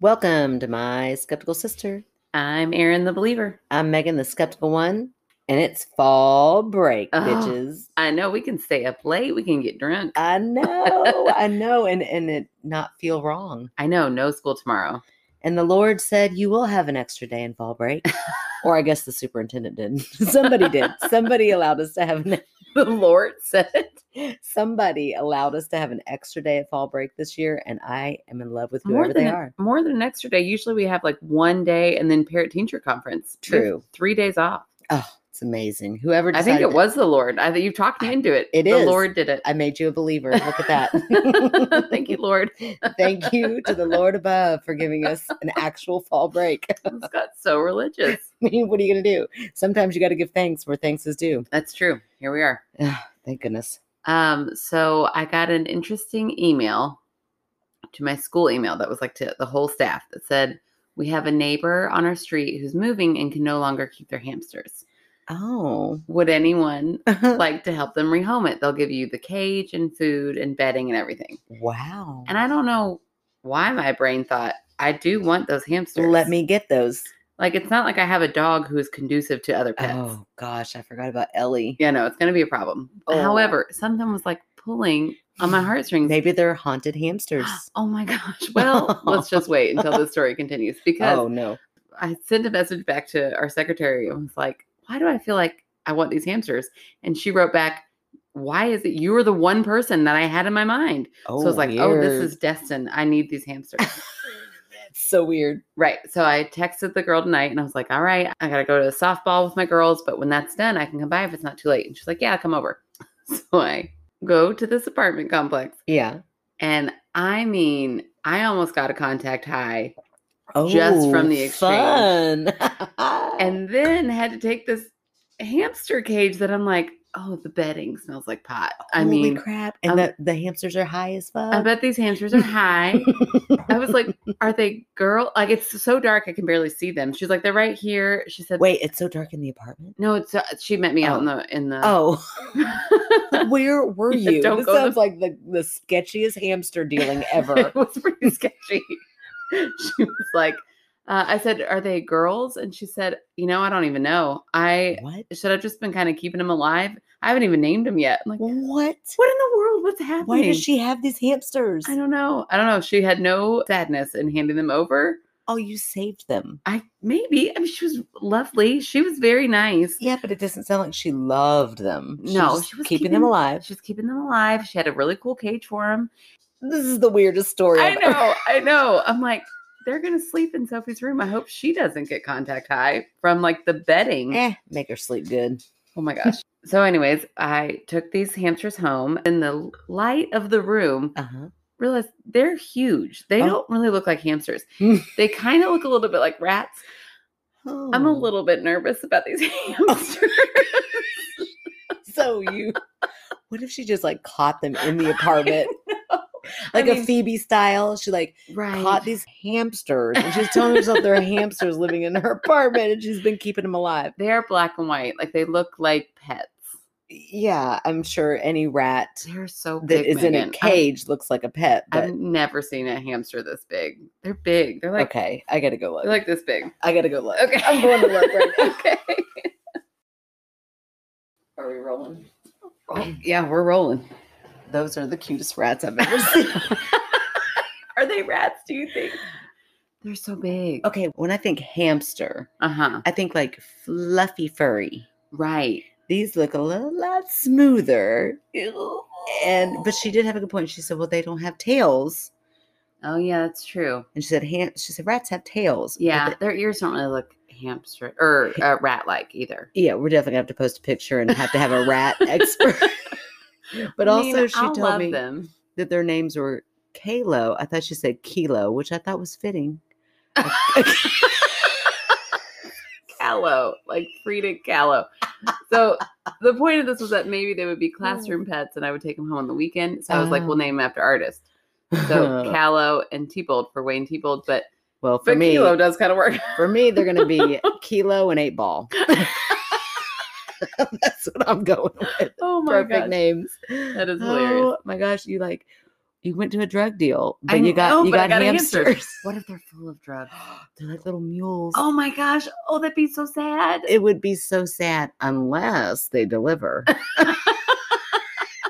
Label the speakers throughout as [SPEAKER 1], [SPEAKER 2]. [SPEAKER 1] Welcome to my skeptical sister.
[SPEAKER 2] I'm Erin the Believer.
[SPEAKER 1] I'm Megan, the skeptical one, and it's fall break,
[SPEAKER 2] Oh.
[SPEAKER 1] bitches.
[SPEAKER 2] I know we can stay up late, we can get drunk.
[SPEAKER 1] I know, I know, and and it not feel wrong.
[SPEAKER 2] I know, no school tomorrow.
[SPEAKER 1] And the Lord said, "You will have an extra day in fall break," or I guess the superintendent did. Somebody did. Somebody allowed us to have an
[SPEAKER 2] The Lord said,
[SPEAKER 1] somebody allowed us to have an extra day at fall break this year, and I am in love with whoever
[SPEAKER 2] more than
[SPEAKER 1] they
[SPEAKER 2] a-
[SPEAKER 1] are.
[SPEAKER 2] more than an extra day. Usually we have like one day and then parent teacher conference. We have
[SPEAKER 1] True.
[SPEAKER 2] three days off.
[SPEAKER 1] Oh, it's amazing. Whoever
[SPEAKER 2] I think
[SPEAKER 1] decided
[SPEAKER 2] it
[SPEAKER 1] to-
[SPEAKER 2] was the Lord. I think you talked me into it.
[SPEAKER 1] It
[SPEAKER 2] the
[SPEAKER 1] is.
[SPEAKER 2] Lord did it.
[SPEAKER 1] I made you a believer. Look at that.
[SPEAKER 2] Thank you, Lord.
[SPEAKER 1] Thank you to the Lord above for giving us an actual fall break. I
[SPEAKER 2] This got so religious.
[SPEAKER 1] mean, what are you going to do? Sometimes you got to give thanks where thanks is due.
[SPEAKER 2] That's true. Here we are.
[SPEAKER 1] Thank goodness.
[SPEAKER 2] Um, so I got an interesting email to my school email that was like to the whole staff that said, We have a neighbor on our street who's moving and can no longer keep their hamsters.
[SPEAKER 1] Oh.
[SPEAKER 2] Would anyone
[SPEAKER 1] like,
[SPEAKER 2] like to help them rehome it? They'll give you the cage and food and bedding and everything.
[SPEAKER 1] wow.
[SPEAKER 2] And I don't know why my brain thought, I do want those hamsters.
[SPEAKER 1] let me get those.
[SPEAKER 2] like it's not like I have a dog who is conducive to other pets.
[SPEAKER 1] Oh, gosh. I forgot about Ellie.
[SPEAKER 2] Yeah, no, it's gonna be a problem.
[SPEAKER 1] Oh.
[SPEAKER 2] However, something was like pulling on my heartstrings.
[SPEAKER 1] Maybe they're haunted hamsters.
[SPEAKER 2] Oh my gosh. Well, let's just wait until the story continues because
[SPEAKER 1] oh, no.
[SPEAKER 2] I sent a message back to our secretary and was like, why do I feel like I want these hamsters? And she wrote back, why is it you're the one person that I had in my mind?
[SPEAKER 1] Oh,
[SPEAKER 2] so I was like, oh, this
[SPEAKER 1] weird.
[SPEAKER 2] is destined. I need these hamsters.
[SPEAKER 1] That's so weird.
[SPEAKER 2] right. So I texted the girl tonight and I was like, all right, I got to go to softball with my girls. But when that's done, I can come by if it's not too late. And she's like, yeah, come over. So I go to this apartment complex
[SPEAKER 1] Yeah.
[SPEAKER 2] and I mean, I almost got a contact high
[SPEAKER 1] Oh,
[SPEAKER 2] Just from the exchange.
[SPEAKER 1] Fun.
[SPEAKER 2] and then had to take this hamster cage that I'm like, oh, the bedding smells like pot. I
[SPEAKER 1] Holy
[SPEAKER 2] mean,
[SPEAKER 1] crap. And
[SPEAKER 2] um,
[SPEAKER 1] the, the hamsters are high as fuck.
[SPEAKER 2] I bet these hamsters are high. I was like, are they girl? Like, it's so dark, I can barely see them. She's like, they're right here. She said,
[SPEAKER 1] Wait, it's so dark in the apartment?
[SPEAKER 2] no, it's uh, she met me out in
[SPEAKER 1] Oh.
[SPEAKER 2] the in the.
[SPEAKER 1] Oh, where were
[SPEAKER 2] Yeah,
[SPEAKER 1] you?
[SPEAKER 2] don't
[SPEAKER 1] This
[SPEAKER 2] go to-
[SPEAKER 1] sounds like the, the sketchiest hamster dealing ever.
[SPEAKER 2] it was pretty sketchy. she was like, uh, I said, are they girls? And she said, you know, I don't even know. I
[SPEAKER 1] what?
[SPEAKER 2] should I've just been kind of keeping them alive. I haven't even named them yet. I'm like,
[SPEAKER 1] What?
[SPEAKER 2] what in the world? What's happening?
[SPEAKER 1] Why does she have these hamsters?
[SPEAKER 2] I don't know. I don't know. She had no sadness in handing them over.
[SPEAKER 1] Oh, you saved them.
[SPEAKER 2] I maybe. I mean, she was lovely. She was very nice.
[SPEAKER 1] Yeah, but it doesn't sound like she loved them.
[SPEAKER 2] No,
[SPEAKER 1] just
[SPEAKER 2] she was
[SPEAKER 1] keeping, them
[SPEAKER 2] keeping-
[SPEAKER 1] alive.
[SPEAKER 2] She was keeping them alive. She had a really cool cage for them.
[SPEAKER 1] This is the weirdest story.
[SPEAKER 2] I
[SPEAKER 1] ever.
[SPEAKER 2] know. I know. I'm like, they're gonna sleep in Sophie's room. I hope she doesn't get contact high from like the bedding.
[SPEAKER 1] Eh, make her sleep good.
[SPEAKER 2] Oh my gosh. so, anyways, I took these hamsters home, and the light of the room
[SPEAKER 1] Uh huh.
[SPEAKER 2] realized they're huge. They
[SPEAKER 1] Oh.
[SPEAKER 2] don't really look like hamsters. they kind of look a little bit like rats. I'm
[SPEAKER 1] Oh,
[SPEAKER 2] a little bit nervous about these hamsters.
[SPEAKER 1] So you. What if she just like caught them in the apartment, like a
[SPEAKER 2] mean-
[SPEAKER 1] Phoebe style? She like
[SPEAKER 2] right.
[SPEAKER 1] caught these hamsters and she's telling herself there are hamsters living in her apartment and she's been keeping them alive.
[SPEAKER 2] They are black and white. Like they look like pets.
[SPEAKER 1] Yeah, I'm sure any rat
[SPEAKER 2] They're so big.
[SPEAKER 1] that is in a
[SPEAKER 2] Megan. I've-
[SPEAKER 1] cage looks like a pet,
[SPEAKER 2] I've,
[SPEAKER 1] but
[SPEAKER 2] never seen a hamster this big. They're big. They're like
[SPEAKER 1] okay, I gotta go look.
[SPEAKER 2] they're like this big.
[SPEAKER 1] I gotta go look.
[SPEAKER 2] Okay.
[SPEAKER 1] I'm going to look right now.
[SPEAKER 2] okay. Are we rolling? yeah, we're rolling.
[SPEAKER 1] Those are the cutest rats I've ever seen.
[SPEAKER 2] Are they rats, do you think? They're so big.
[SPEAKER 1] okay, when I think hamster,
[SPEAKER 2] Uh-huh.
[SPEAKER 1] I think like fluffy furry.
[SPEAKER 2] Right.
[SPEAKER 1] These look a little lot smoother. And but she did have a good point. She said, Well, they don't have tails.
[SPEAKER 2] Oh yeah, that's true.
[SPEAKER 1] And she said, ham- she said, rats have tails. but
[SPEAKER 2] Yeah, their ears don't really look hamster or uh, rat like either.
[SPEAKER 1] Yeah, we're definitely gonna have to post a picture and have to have a rat expert. but
[SPEAKER 2] I mean,
[SPEAKER 1] also, she
[SPEAKER 2] I'll
[SPEAKER 1] told
[SPEAKER 2] love
[SPEAKER 1] me
[SPEAKER 2] them.
[SPEAKER 1] that their names were Kalo. I thought she said Kilo, which I thought was fitting.
[SPEAKER 2] Callow, like Frida Callow. So the point of this was that maybe they would be classroom pets, and I would take them home on the weekend. So I was like,
[SPEAKER 1] Oh.
[SPEAKER 2] we'll name them after artists. So Callow and Teebold for Wayne Teebold, but
[SPEAKER 1] well, for
[SPEAKER 2] but
[SPEAKER 1] me,
[SPEAKER 2] Kilo does kind of work.
[SPEAKER 1] for me, they're gonna be Kilo and Eight Ball. That's what I'm going with.
[SPEAKER 2] Oh my
[SPEAKER 1] Perfect
[SPEAKER 2] Oh gosh.
[SPEAKER 1] names.
[SPEAKER 2] That is hilarious.
[SPEAKER 1] Oh my gosh, you like You went to a drug deal, but
[SPEAKER 2] I
[SPEAKER 1] you got
[SPEAKER 2] know,
[SPEAKER 1] you
[SPEAKER 2] but I
[SPEAKER 1] got,
[SPEAKER 2] got a hamster.
[SPEAKER 1] hamsters.
[SPEAKER 2] What if they're full of drugs?
[SPEAKER 1] They're like little mules.
[SPEAKER 2] Oh my gosh. Oh, that'd be so sad.
[SPEAKER 1] it would be so sad unless they deliver.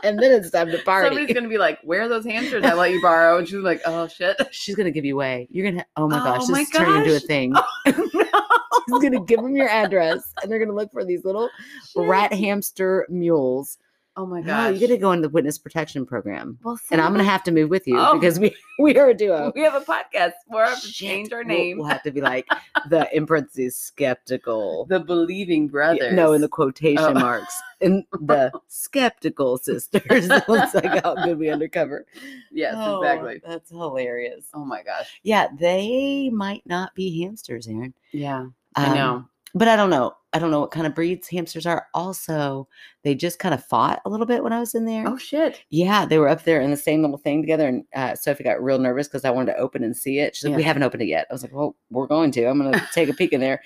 [SPEAKER 1] and then it's time to party.
[SPEAKER 2] Somebody's gonna be like, "Where are those hamsters I let you borrow?" And she's like, "Oh shit."
[SPEAKER 1] She's gonna give you away. You're gonna. Oh my gosh,
[SPEAKER 2] Oh
[SPEAKER 1] this
[SPEAKER 2] my
[SPEAKER 1] is turning into a
[SPEAKER 2] gosh.
[SPEAKER 1] thing.
[SPEAKER 2] no.
[SPEAKER 1] She's gonna give them your address, and they're gonna look for these little rat hamster mules.
[SPEAKER 2] Oh my
[SPEAKER 1] No,
[SPEAKER 2] gosh.
[SPEAKER 1] you're gonna go into the witness protection program,
[SPEAKER 2] well,
[SPEAKER 1] and I'm gonna have to move with you
[SPEAKER 2] Oh.
[SPEAKER 1] because we we are a duo.
[SPEAKER 2] We have a podcast. We're have to
[SPEAKER 1] Shit,
[SPEAKER 2] change our
[SPEAKER 1] we'll-
[SPEAKER 2] name.
[SPEAKER 1] We'll, have to be like the in parentheses skeptical.
[SPEAKER 2] The Believing
[SPEAKER 1] Yeah,
[SPEAKER 2] Brothers.
[SPEAKER 1] No, in the quotation
[SPEAKER 2] Oh.
[SPEAKER 1] marks, in the skeptical sisters. That's like how good we undercover.
[SPEAKER 2] yes,
[SPEAKER 1] Oh,
[SPEAKER 2] exactly.
[SPEAKER 1] That's hilarious.
[SPEAKER 2] Oh my gosh.
[SPEAKER 1] Yeah, they might not be hamsters, Aaron.
[SPEAKER 2] Yeah, I
[SPEAKER 1] Um,
[SPEAKER 2] know.
[SPEAKER 1] but I don't know. I don't know what kind of breeds hamsters are. Also, they just kind of fought a little bit when I was in there.
[SPEAKER 2] Oh shit.
[SPEAKER 1] Yeah, they were up there in the same little thing together, and uh, Sophie got real nervous because I wanted to open and see it. She's like, "We
[SPEAKER 2] Yeah.
[SPEAKER 1] haven't opened it yet." I was like, "Well, we're going to. I'm going to take a peek in there."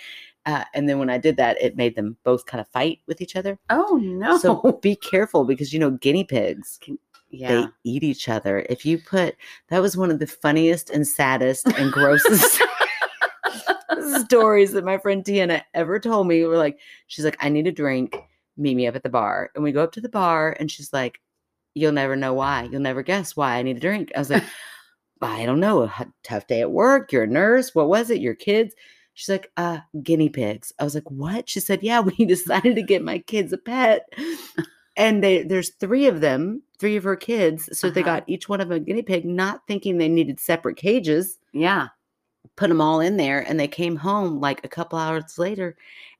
[SPEAKER 1] Uh, and then when I did that, it made them both kind of fight with each other.
[SPEAKER 2] Oh no.
[SPEAKER 1] So be careful because you know guinea pigs
[SPEAKER 2] yeah.
[SPEAKER 1] they eat each other. If you put that was one of the funniest and saddest and grossest stories that my friend Tiana ever told me. We're like, she's like, I need a drink. Meet me up at the bar. And we go up to the bar and she's like, You'll never know why. You'll never guess why I need a drink. I was like, I don't know. A h- tough day at work. You're a nurse. What was it? Your kids? She's like, uh, guinea pigs. I was like, what? She said, yeah, we decided to get my kids a pet. And they there's three of them, three of her kids. So they
[SPEAKER 2] Uh-huh.
[SPEAKER 1] got each one of them a guinea pig, not thinking they needed separate cages,
[SPEAKER 2] yeah.
[SPEAKER 1] put them all in there. And they came home like a couple hours later,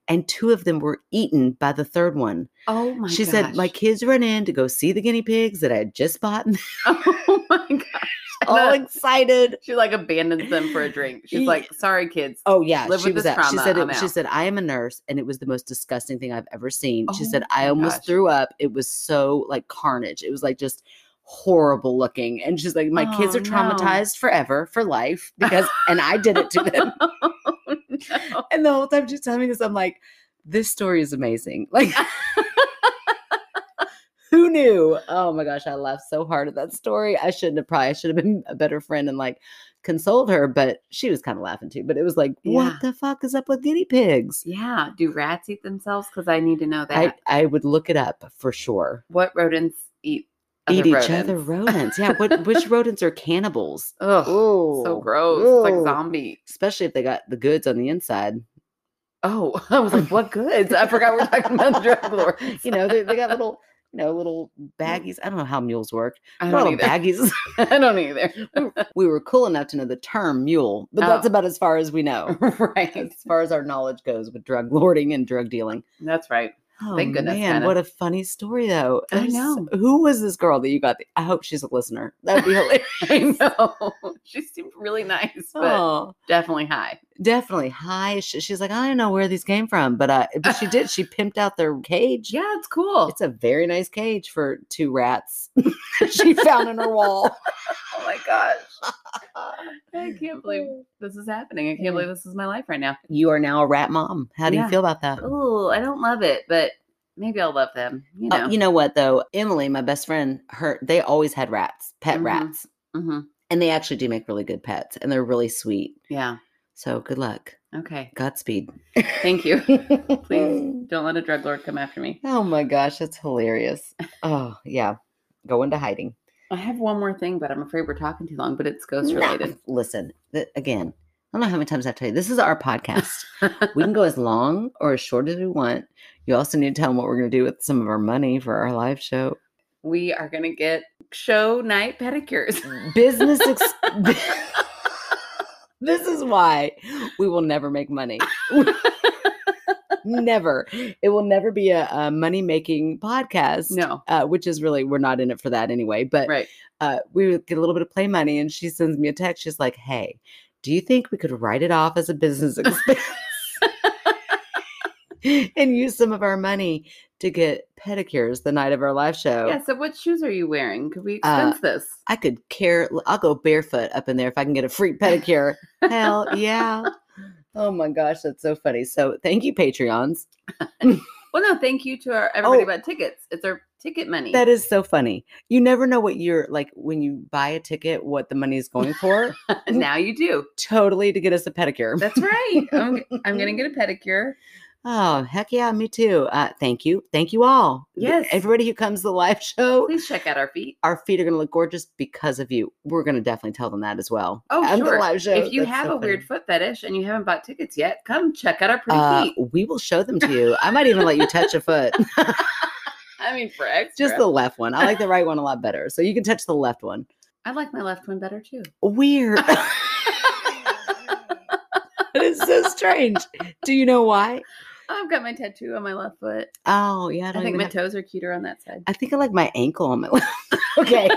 [SPEAKER 1] and two of them were eaten by the third one.
[SPEAKER 2] Oh my
[SPEAKER 1] she
[SPEAKER 2] gosh.
[SPEAKER 1] said, My kids ran in to go see the guinea pigs that I had just bought, and
[SPEAKER 2] Oh my gosh.
[SPEAKER 1] all excited.
[SPEAKER 2] She like abandons them for a drink. She's
[SPEAKER 1] Ye-
[SPEAKER 2] like, sorry kids.
[SPEAKER 1] Oh yeah,
[SPEAKER 2] Live
[SPEAKER 1] she
[SPEAKER 2] with
[SPEAKER 1] was.
[SPEAKER 2] this
[SPEAKER 1] At, she
[SPEAKER 2] trauma,
[SPEAKER 1] said.
[SPEAKER 2] I'm
[SPEAKER 1] It, she
[SPEAKER 2] out.
[SPEAKER 1] said, "I am a nurse, and it was the most disgusting thing I've ever seen." She
[SPEAKER 2] Oh
[SPEAKER 1] said, "I
[SPEAKER 2] my
[SPEAKER 1] almost
[SPEAKER 2] gosh.
[SPEAKER 1] threw up. It was so like carnage. It was like just horrible looking." And she's like, "My kids
[SPEAKER 2] Oh,
[SPEAKER 1] are
[SPEAKER 2] no.
[SPEAKER 1] traumatized forever for life because, and I did it to them."
[SPEAKER 2] No.
[SPEAKER 1] And the whole time she's telling me this, I'm like, "This story is amazing." Like. Who knew? Oh my gosh, I laughed so hard at that story. I shouldn't have probably I should have been a better friend and like consoled her, but she was kind of laughing too. But it was like,
[SPEAKER 2] Yeah.
[SPEAKER 1] what the fuck is up with guinea pigs?
[SPEAKER 2] Yeah. Do rats eat themselves? Because I need to know that.
[SPEAKER 1] I, I would look it up for sure.
[SPEAKER 2] what rodents eat other
[SPEAKER 1] Eat each other
[SPEAKER 2] rodents?
[SPEAKER 1] rodents. Yeah, what which rodents are cannibals?
[SPEAKER 2] Ugh.
[SPEAKER 1] Oh,
[SPEAKER 2] So gross. It's like zombie.
[SPEAKER 1] Especially if they got the goods on the inside.
[SPEAKER 2] Oh, I was like, what goods? I forgot we're talking about drug lords.
[SPEAKER 1] You know, they, they got little, you know, little
[SPEAKER 2] Mm.
[SPEAKER 1] baggies. I don't know how mules work.
[SPEAKER 2] I
[SPEAKER 1] Little
[SPEAKER 2] don't either.
[SPEAKER 1] baggies.
[SPEAKER 2] I don't either.
[SPEAKER 1] we were cool enough to know the term mule, but
[SPEAKER 2] Oh.
[SPEAKER 1] that's about as far as we know,
[SPEAKER 2] right.
[SPEAKER 1] as far as our knowledge goes with drug lording and drug dealing.
[SPEAKER 2] That's right.
[SPEAKER 1] Oh,
[SPEAKER 2] Thank goodness,
[SPEAKER 1] man,
[SPEAKER 2] kinda.
[SPEAKER 1] what a funny story though.
[SPEAKER 2] I
[SPEAKER 1] I'm so-
[SPEAKER 2] know.
[SPEAKER 1] who was this girl that you got? The, I hope she's a listener. That'd be hilarious.
[SPEAKER 2] I know. She seemed really nice, but
[SPEAKER 1] Oh.
[SPEAKER 2] definitely high.
[SPEAKER 1] Definitely. Hi. She, she's like, I don't know where these came from, but uh, but she did. She pimped out their cage.
[SPEAKER 2] Yeah, it's cool.
[SPEAKER 1] It's a very nice cage for two rats she found in her wall.
[SPEAKER 2] oh my gosh. I can't believe this is happening. I
[SPEAKER 1] Yeah.
[SPEAKER 2] can't believe this is my life right now.
[SPEAKER 1] You are now a rat mom. How do you
[SPEAKER 2] Yeah.
[SPEAKER 1] feel about that?
[SPEAKER 2] Oh, I don't love it, but maybe I'll love them. You know.
[SPEAKER 1] Oh, you know what though? Emily, my best friend, her they always had rats, pet
[SPEAKER 2] Mhm.
[SPEAKER 1] rats,
[SPEAKER 2] hmm
[SPEAKER 1] and they actually do make really good pets, and they're really sweet.
[SPEAKER 2] Yeah.
[SPEAKER 1] So good luck.
[SPEAKER 2] Okay.
[SPEAKER 1] Godspeed.
[SPEAKER 2] Thank you. Please
[SPEAKER 1] Please.
[SPEAKER 2] don't let a drug lord come after me.
[SPEAKER 1] Oh my gosh, that's hilarious. Oh yeah, go into hiding.
[SPEAKER 2] I have one more thing, but I'm afraid we're talking too long, but it's ghost
[SPEAKER 1] Nah,
[SPEAKER 2] related.
[SPEAKER 1] Listen, th- again, I don't know how many times I tell you this is our podcast. we can go as long or as short as we want. You also need to tell them what we're going to do with some of our money for our live show.
[SPEAKER 2] we are going to get show night pedicures.
[SPEAKER 1] Business. Ex- this is why we will never make money. never. It will never be a, a money making podcast.
[SPEAKER 2] No.
[SPEAKER 1] Uh, which is really, we're not in it for that anyway. But
[SPEAKER 2] Right.
[SPEAKER 1] uh, we would get a little bit of play money, and she sends me a text. She's like, "Hey, do you think we could write it off as a business expense and use some of our money to get pedicures the night of our live show?"
[SPEAKER 2] Yeah. So, what shoes are you wearing? Could we
[SPEAKER 1] Oh. Uh,
[SPEAKER 2] expense this?
[SPEAKER 1] I could care. I'll go barefoot up in there if I can get a free pedicure. Hell yeah! Oh my gosh, that's so funny. So thank you, Patreons.
[SPEAKER 2] Well, no, thank you to our everybody
[SPEAKER 1] Oh.
[SPEAKER 2] about tickets. It's our ticket money.
[SPEAKER 1] That is so funny. You never know what you're like when you buy a ticket, what the money is going for.
[SPEAKER 2] now you do.
[SPEAKER 1] totally to get us a pedicure.
[SPEAKER 2] That's right. I'm, I'm gonna get a pedicure.
[SPEAKER 1] Oh, heck yeah, me too. Uh, thank you. Thank you all. Th-
[SPEAKER 2] Yes.
[SPEAKER 1] Everybody who comes to the live show,
[SPEAKER 2] Please check out our feet.
[SPEAKER 1] our feet are going to look gorgeous because of you. We're going to definitely tell them that as well.
[SPEAKER 2] Oh,
[SPEAKER 1] at
[SPEAKER 2] sure.
[SPEAKER 1] The live show.
[SPEAKER 2] If you
[SPEAKER 1] That's
[SPEAKER 2] have
[SPEAKER 1] so
[SPEAKER 2] a weird
[SPEAKER 1] funny.
[SPEAKER 2] foot fetish and you haven't bought tickets yet, come check out our pretty
[SPEAKER 1] Uh,
[SPEAKER 2] feet.
[SPEAKER 1] we will show them to you. I might even let you touch a foot.
[SPEAKER 2] I mean, for extra.
[SPEAKER 1] Just the left one. I like the right one a lot better. So you can touch the left one.
[SPEAKER 2] I like my left one better too.
[SPEAKER 1] Weird. It is so strange. Do you know why?
[SPEAKER 2] I've got my tattoo on my left foot.
[SPEAKER 1] Oh, yeah. I,
[SPEAKER 2] I,
[SPEAKER 1] don't
[SPEAKER 2] think
[SPEAKER 1] even
[SPEAKER 2] my
[SPEAKER 1] have-
[SPEAKER 2] toes are cuter on that side.
[SPEAKER 1] I think I like my ankle on my left. okay.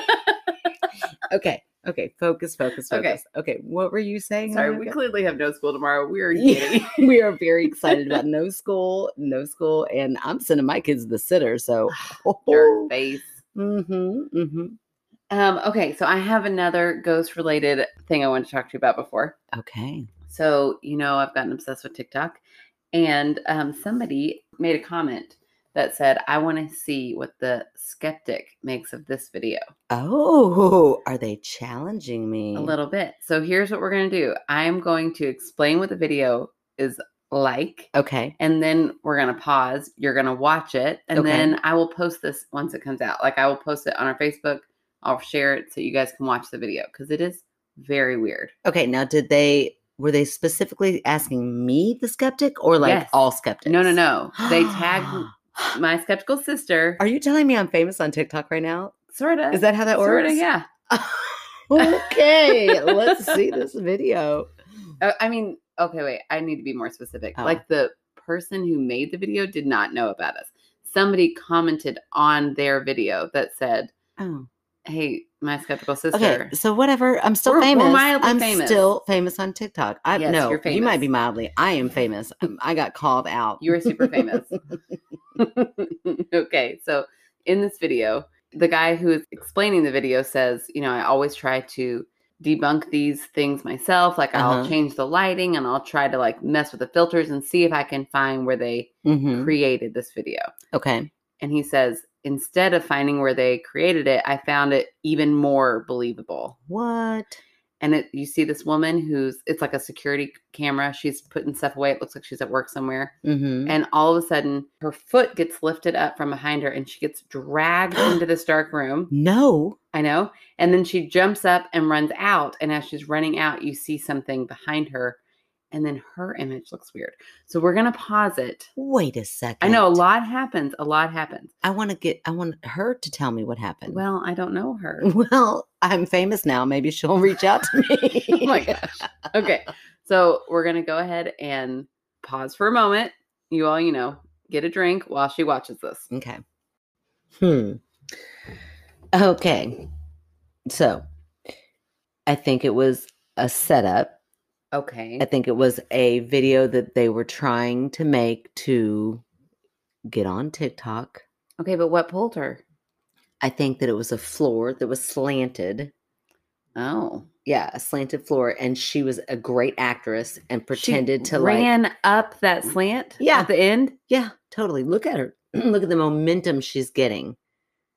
[SPEAKER 1] okay. Okay. Focus, focus,
[SPEAKER 2] Okay.
[SPEAKER 1] focus. Okay. What were you saying?
[SPEAKER 2] Sorry,
[SPEAKER 1] Monica?
[SPEAKER 2] we clearly have no school tomorrow. We're
[SPEAKER 1] Yeah,
[SPEAKER 2] giddy.
[SPEAKER 1] we are very excited about no school, no school, and I'm sending my kids to the sitter. So, Oh.
[SPEAKER 2] Your face.
[SPEAKER 1] Mhm, mhm.
[SPEAKER 2] Um, okay, so I have another ghost related thing I want to talk to you about before.
[SPEAKER 1] okay,
[SPEAKER 2] So, you know, I've gotten obsessed with TikTok, and um, somebody made a comment that said, I want to see what the skeptic makes of this video
[SPEAKER 1] oh, are they challenging me?
[SPEAKER 2] a little bit. So, here's what we're going to do I'm going to explain what the video is like,
[SPEAKER 1] Okay,
[SPEAKER 2] and then we're going to pause. You're going to watch it, and
[SPEAKER 1] Okay.
[SPEAKER 2] then I will post this once it comes out. Like, I will post it on our Facebook, I'll share it so you guys can watch the video because it is very weird.
[SPEAKER 1] okay. Now, did they were they specifically asking me, the skeptic, or like
[SPEAKER 2] Yes.
[SPEAKER 1] all skeptics?
[SPEAKER 2] No, no, no. They tagged my skeptical sister.
[SPEAKER 1] Are you telling me I'm famous on TikTok right now?
[SPEAKER 2] Sort of.
[SPEAKER 1] Is that how that
[SPEAKER 2] Sorta,
[SPEAKER 1] works?
[SPEAKER 2] yeah.
[SPEAKER 1] okay, let's see this video.
[SPEAKER 2] Uh, I mean, okay, wait. I need to be more specific.
[SPEAKER 1] Oh.
[SPEAKER 2] Like the person who made the video did not know about us. Somebody commented on their video that said,
[SPEAKER 1] Oh. "Hey,
[SPEAKER 2] "Hey, my skeptical sister."
[SPEAKER 1] Okay, so whatever. I'm still
[SPEAKER 2] We're- we're
[SPEAKER 1] famous.
[SPEAKER 2] mildly
[SPEAKER 1] I'm
[SPEAKER 2] famous.
[SPEAKER 1] still famous on TikTok. I
[SPEAKER 2] Yes,
[SPEAKER 1] no,
[SPEAKER 2] you're
[SPEAKER 1] you might
[SPEAKER 2] famous.
[SPEAKER 1] be mildly. I am famous. Um, I got called out.
[SPEAKER 2] You are super famous. okay, so in this video, the guy who is explaining the video says, you know, I always try to debunk these things myself. Like I'll
[SPEAKER 1] Uh-huh.
[SPEAKER 2] change the lighting and I'll try to like mess with the filters and see if I can find where they
[SPEAKER 1] Mhm.
[SPEAKER 2] created this video.
[SPEAKER 1] Okay.
[SPEAKER 2] And he says, instead of finding where they created it, I found it even more believable.
[SPEAKER 1] What?
[SPEAKER 2] And it, you see this woman who's, it's like a security camera. She's putting stuff away. It looks like she's at work somewhere.
[SPEAKER 1] Mm-hmm.
[SPEAKER 2] And all of a sudden, her foot gets lifted up from behind her and she gets dragged into this dark room.
[SPEAKER 1] No.
[SPEAKER 2] I know. And then she jumps up and runs out. And as she's running out, you see something behind her. And then her image looks weird. So we're going to pause it.
[SPEAKER 1] Wait a second.
[SPEAKER 2] I know a lot happens. A lot happens.
[SPEAKER 1] I want to get. I want her to tell me what happened.
[SPEAKER 2] Well, I don't know her.
[SPEAKER 1] Well, I'm famous now. Maybe she'll reach out to me.
[SPEAKER 2] oh my gosh. Okay. So we're gonna go ahead and pause for a moment. You all, you know, get a drink while she watches this.
[SPEAKER 1] Okay. Hmm. Okay. So, I think it was a setup.
[SPEAKER 2] Okay.
[SPEAKER 1] I think it was a video that they were trying to make to get on TikTok.
[SPEAKER 2] Okay, but what pulled her?
[SPEAKER 1] I think that it was a floor that was slanted.
[SPEAKER 2] Oh.
[SPEAKER 1] Yeah, a slanted floor. And she was a great actress and pretended
[SPEAKER 2] she
[SPEAKER 1] to like.
[SPEAKER 2] ran up that slant
[SPEAKER 1] Yeah.
[SPEAKER 2] at the end.
[SPEAKER 1] Yeah, totally. Look at her. Look at the momentum she's getting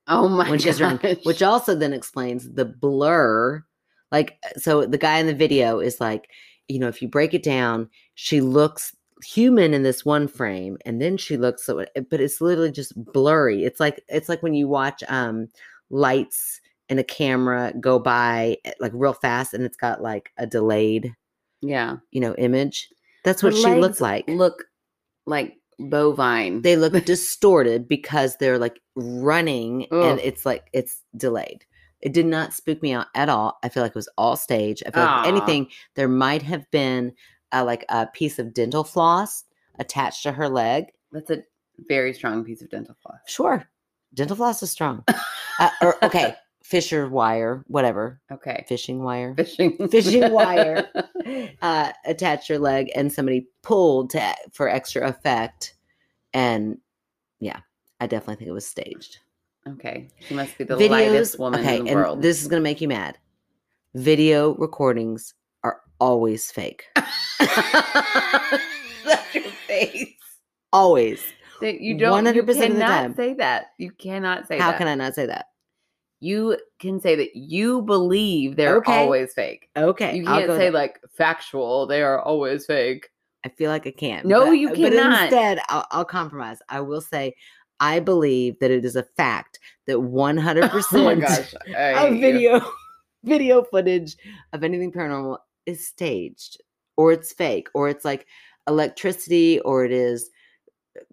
[SPEAKER 2] Oh my
[SPEAKER 1] when she's running,
[SPEAKER 2] gosh.
[SPEAKER 1] which also then explains the blur. Like, uh, so the guy in the video is like, you know, if you break it down, she looks human in this one frame and then she looks so uh, but it's literally just blurry it's like it's like when you watch um lights and a camera go by eh, like real fast and it's got like a delayed
[SPEAKER 2] yeah.
[SPEAKER 1] you know image that's
[SPEAKER 2] Her
[SPEAKER 1] what she
[SPEAKER 2] legs
[SPEAKER 1] looks like
[SPEAKER 2] Look like bovine.
[SPEAKER 1] they look distorted because they're like running
[SPEAKER 2] Ugh.
[SPEAKER 1] and it's like it's delayed it did not spook me out at all i feel like it was all stage i feel like if
[SPEAKER 2] Aw.
[SPEAKER 1] anything there might have been uh, like a piece of dental floss attached to her leg
[SPEAKER 2] That's a very strong piece of dental floss.
[SPEAKER 1] Sure. Dental floss is strong. uh, or, okay. Fisher wire, whatever.
[SPEAKER 2] Okay.
[SPEAKER 1] Fishing wire.
[SPEAKER 2] Fishing
[SPEAKER 1] Fishing wire. Uh, attach your leg and somebody pulled to, for extra effect. And yeah, I definitely think it was staged.
[SPEAKER 2] okay. She must be the lightest woman
[SPEAKER 1] okay,
[SPEAKER 2] in the
[SPEAKER 1] and
[SPEAKER 2] world.
[SPEAKER 1] This is going to make you mad. Video recordings are always fake.
[SPEAKER 2] That's your face.
[SPEAKER 1] Always.
[SPEAKER 2] That you don't. 100%
[SPEAKER 1] 100%
[SPEAKER 2] you
[SPEAKER 1] of the
[SPEAKER 2] cannot
[SPEAKER 1] time.
[SPEAKER 2] say that. You cannot say
[SPEAKER 1] How
[SPEAKER 2] that.
[SPEAKER 1] can I not say that?
[SPEAKER 2] You can say that you believe they're
[SPEAKER 1] Okay.
[SPEAKER 2] always fake.
[SPEAKER 1] Okay.
[SPEAKER 2] You
[SPEAKER 1] I'll
[SPEAKER 2] can't
[SPEAKER 1] go there.
[SPEAKER 2] say like factual. They are always fake.
[SPEAKER 1] I feel like I can't.
[SPEAKER 2] No, you
[SPEAKER 1] But
[SPEAKER 2] cannot.
[SPEAKER 1] instead, I'll, I'll compromise. I will say, I believe that it is a fact that 100%
[SPEAKER 2] Oh my gosh! I
[SPEAKER 1] of
[SPEAKER 2] hate you.
[SPEAKER 1] video, video footage of anything paranormal is staged or it's fake or it's like electricity or it is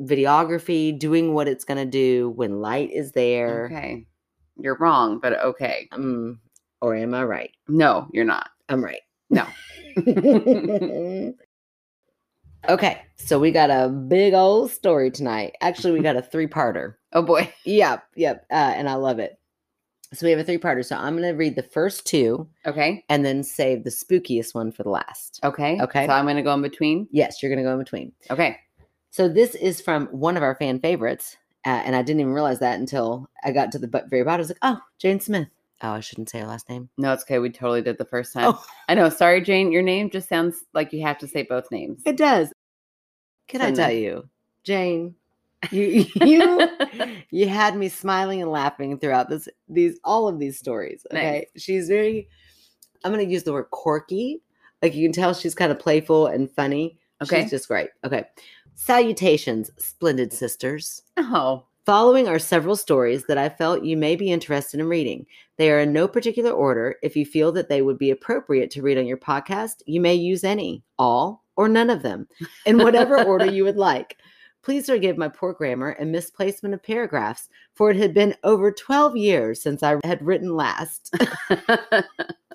[SPEAKER 1] videography doing what it's going to do when light is there.
[SPEAKER 2] Okay, you're wrong, but okay.
[SPEAKER 1] Mm, or am I right?
[SPEAKER 2] No, you're not.
[SPEAKER 1] I'm right.
[SPEAKER 2] No.
[SPEAKER 1] okay, so we got a big old story tonight. Actually, we got a three parter.
[SPEAKER 2] Oh boy.
[SPEAKER 1] Yep, yep. Uh, and I love it. So we have a three parter. So I'm going to read the first two
[SPEAKER 2] Okay.
[SPEAKER 1] and then save the spookiest one for the last.
[SPEAKER 2] Okay.
[SPEAKER 1] Okay.
[SPEAKER 2] So I'm gonna go in between.
[SPEAKER 1] Yes, you're going to go in between.
[SPEAKER 2] Okay.
[SPEAKER 1] So this is from one of our fan favorites. Uh, and I didn't even realize that until I got to the bu- very bottom. I was like, oh, Jane Smith. Oh, I shouldn't say her last name.
[SPEAKER 2] No, it's okay. We totally did the first time.
[SPEAKER 1] Oh.
[SPEAKER 2] I know. Sorry, Jane. Your name just sounds like you have to say both names.
[SPEAKER 1] It does. Can I
[SPEAKER 2] Send
[SPEAKER 1] tell
[SPEAKER 2] them.
[SPEAKER 1] you, Jane? You you you had me smiling and laughing throughout this these all of these stories.
[SPEAKER 2] Nice.
[SPEAKER 1] Okay. She's very I'm gonna use the word quirky. Like you can tell she's kind of playful and funny.
[SPEAKER 2] Okay.
[SPEAKER 1] She's just great. Okay. Salutations, splendid sisters.
[SPEAKER 2] oh.
[SPEAKER 1] Following are several stories that I felt you may be interested in reading. They are in no particular order. If you feel that they would be appropriate to read on your podcast, you may use any, all, or none of them in whatever order you would like. Please forgive my poor grammar and misplacement of paragraphs, for it had been over 12 years since I had written last. I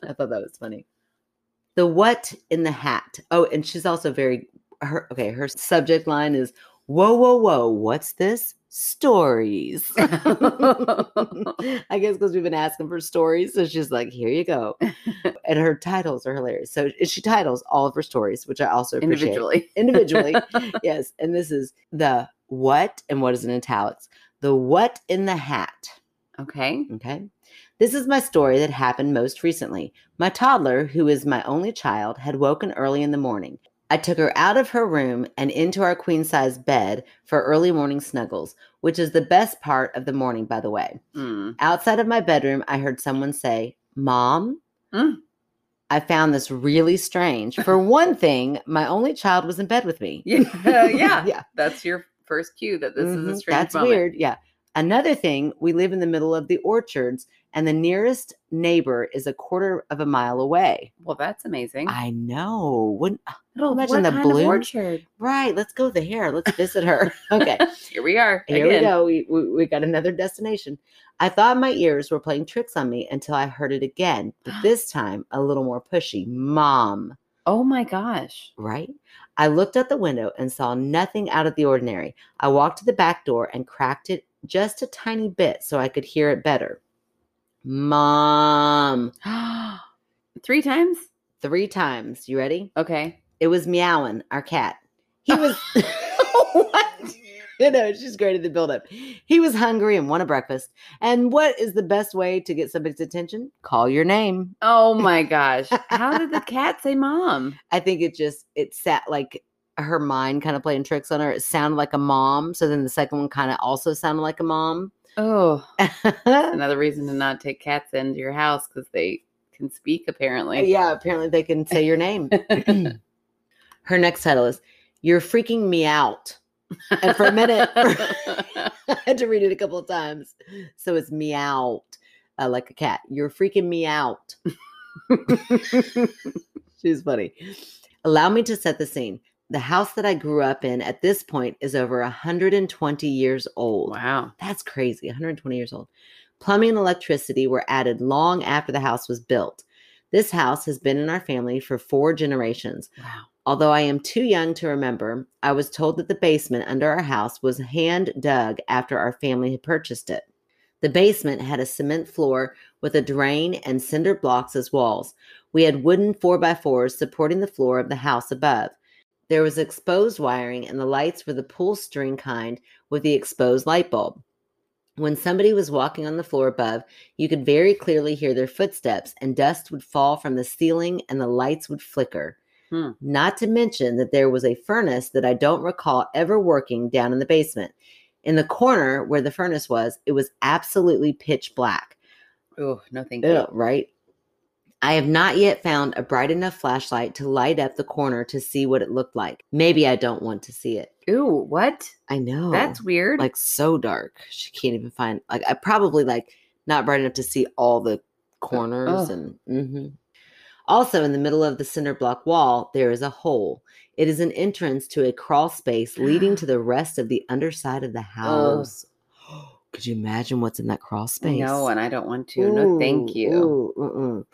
[SPEAKER 1] thought that was funny. The what in the hat. Oh, and she's also very her okay, her subject line is whoa, whoa, whoa, what's this? Stories. I guess because we've been asking for stories. So she's like, here you go. and her titles are hilarious. So she titles all of her stories, which I also appreciate
[SPEAKER 2] Individually.
[SPEAKER 1] individually. yes. And this is the what and what is in italics. The what in the hat.
[SPEAKER 2] Okay.
[SPEAKER 1] Okay. This is my story that happened most recently. My toddler, who is my only child, had woken early in the morning. I took her out of her room and into our queen size bed for early morning snuggles, which is the best part of the morning, by the way.
[SPEAKER 2] Mm.
[SPEAKER 1] Outside of my bedroom, I heard someone say, Mom?
[SPEAKER 2] Mm.
[SPEAKER 1] I found this really strange. For one thing, my only child was in bed with me.
[SPEAKER 2] Yeah. yeah.
[SPEAKER 1] yeah.
[SPEAKER 2] That's your first cue that this is a
[SPEAKER 1] Mhm,
[SPEAKER 2] strange
[SPEAKER 1] That's
[SPEAKER 2] moment.
[SPEAKER 1] weird. Yeah. Another thing, we live in the middle of the orchards, and the nearest neighbor is a quarter of a mile away.
[SPEAKER 2] Well, that's amazing.
[SPEAKER 1] I know. Wouldn't
[SPEAKER 2] It'll
[SPEAKER 1] imagine the
[SPEAKER 2] blue
[SPEAKER 1] blooms.
[SPEAKER 2] orchard.
[SPEAKER 1] right? Let's go there. Let's visit her. Okay.
[SPEAKER 2] Here we are.
[SPEAKER 1] Here
[SPEAKER 2] again.
[SPEAKER 1] we go. We, we, we got another destination. I thought my ears were playing tricks on me until I heard it again, but this time a little more pushy. Mom.
[SPEAKER 2] Oh my gosh.
[SPEAKER 1] right? I looked out the window and saw nothing out of the ordinary. I walked to the back door and cracked it just a tiny bit so I could hear it better. Mom,
[SPEAKER 2] Three times?
[SPEAKER 1] three times. You ready?
[SPEAKER 2] Okay.
[SPEAKER 1] It was meowing, our cat. He was what? You know, she's great at the buildup. He was hungry and wanted breakfast. And what is the best way to get somebody's attention? Call your name.
[SPEAKER 2] Oh my gosh. How did the cat say mom?
[SPEAKER 1] I think it just it sat like her mind kind of playing tricks on her. It sounded like a mom. So then the second one kind of also sounded like a mom.
[SPEAKER 2] Oh,
[SPEAKER 1] yeah,
[SPEAKER 2] another reason to not take cats into your house because they can speak apparently.
[SPEAKER 1] Uh, apparently they can say your name. her next title is You're Freaking Me Out. And for a minute, I had to read it a couple of times. So it's me out, uh, like a cat. You're freaking me out. She's funny. Allow me to set the scene. The house that I grew up in at this point is over 120 years old.
[SPEAKER 2] wow.
[SPEAKER 1] That's crazy. 120 years old. Plumbing and electricity were added long after the house was built. This house has been in our family for four generations.
[SPEAKER 2] Wow.
[SPEAKER 1] Although I am too young to remember, I was told that the basement under our house was hand dug after our family had purchased it. The basement had a cement floor with a drain and cinder blocks as walls. We had wooden 4x4s supporting the floor of the house above. There was exposed wiring, and the lights were the pull string kind with the exposed light bulb. When somebody was walking on the floor above, you could very clearly hear their footsteps, and dust would fall from the ceiling and the lights would flicker.
[SPEAKER 2] Hmm.
[SPEAKER 1] Not to mention that there was a furnace that I don't recall ever working down in the basement. In the corner where the furnace was, it was absolutely pitch black.
[SPEAKER 2] Oh, no, thank
[SPEAKER 1] Ugh, right? I have not yet found a bright enough flashlight to light up the corner to see what it looked like. Maybe I don't want to see it.
[SPEAKER 2] you. Ooh, what?
[SPEAKER 1] I know.
[SPEAKER 2] That's weird.
[SPEAKER 1] Oh, like so dark. She can't even find like I probably like not bright enough to see all the
[SPEAKER 2] Uh,
[SPEAKER 1] corners
[SPEAKER 2] ugh.
[SPEAKER 1] and mhm. also in the middle of the cinder block wall there is a hole. It is an entrance to a crawl space leading to the rest of the underside of the
[SPEAKER 2] Oh.
[SPEAKER 1] house. Could you imagine what's in that crawl space?
[SPEAKER 2] no, and I don't want to. no, thank
[SPEAKER 1] Ooh,
[SPEAKER 2] you.
[SPEAKER 1] ooh, mm-mm.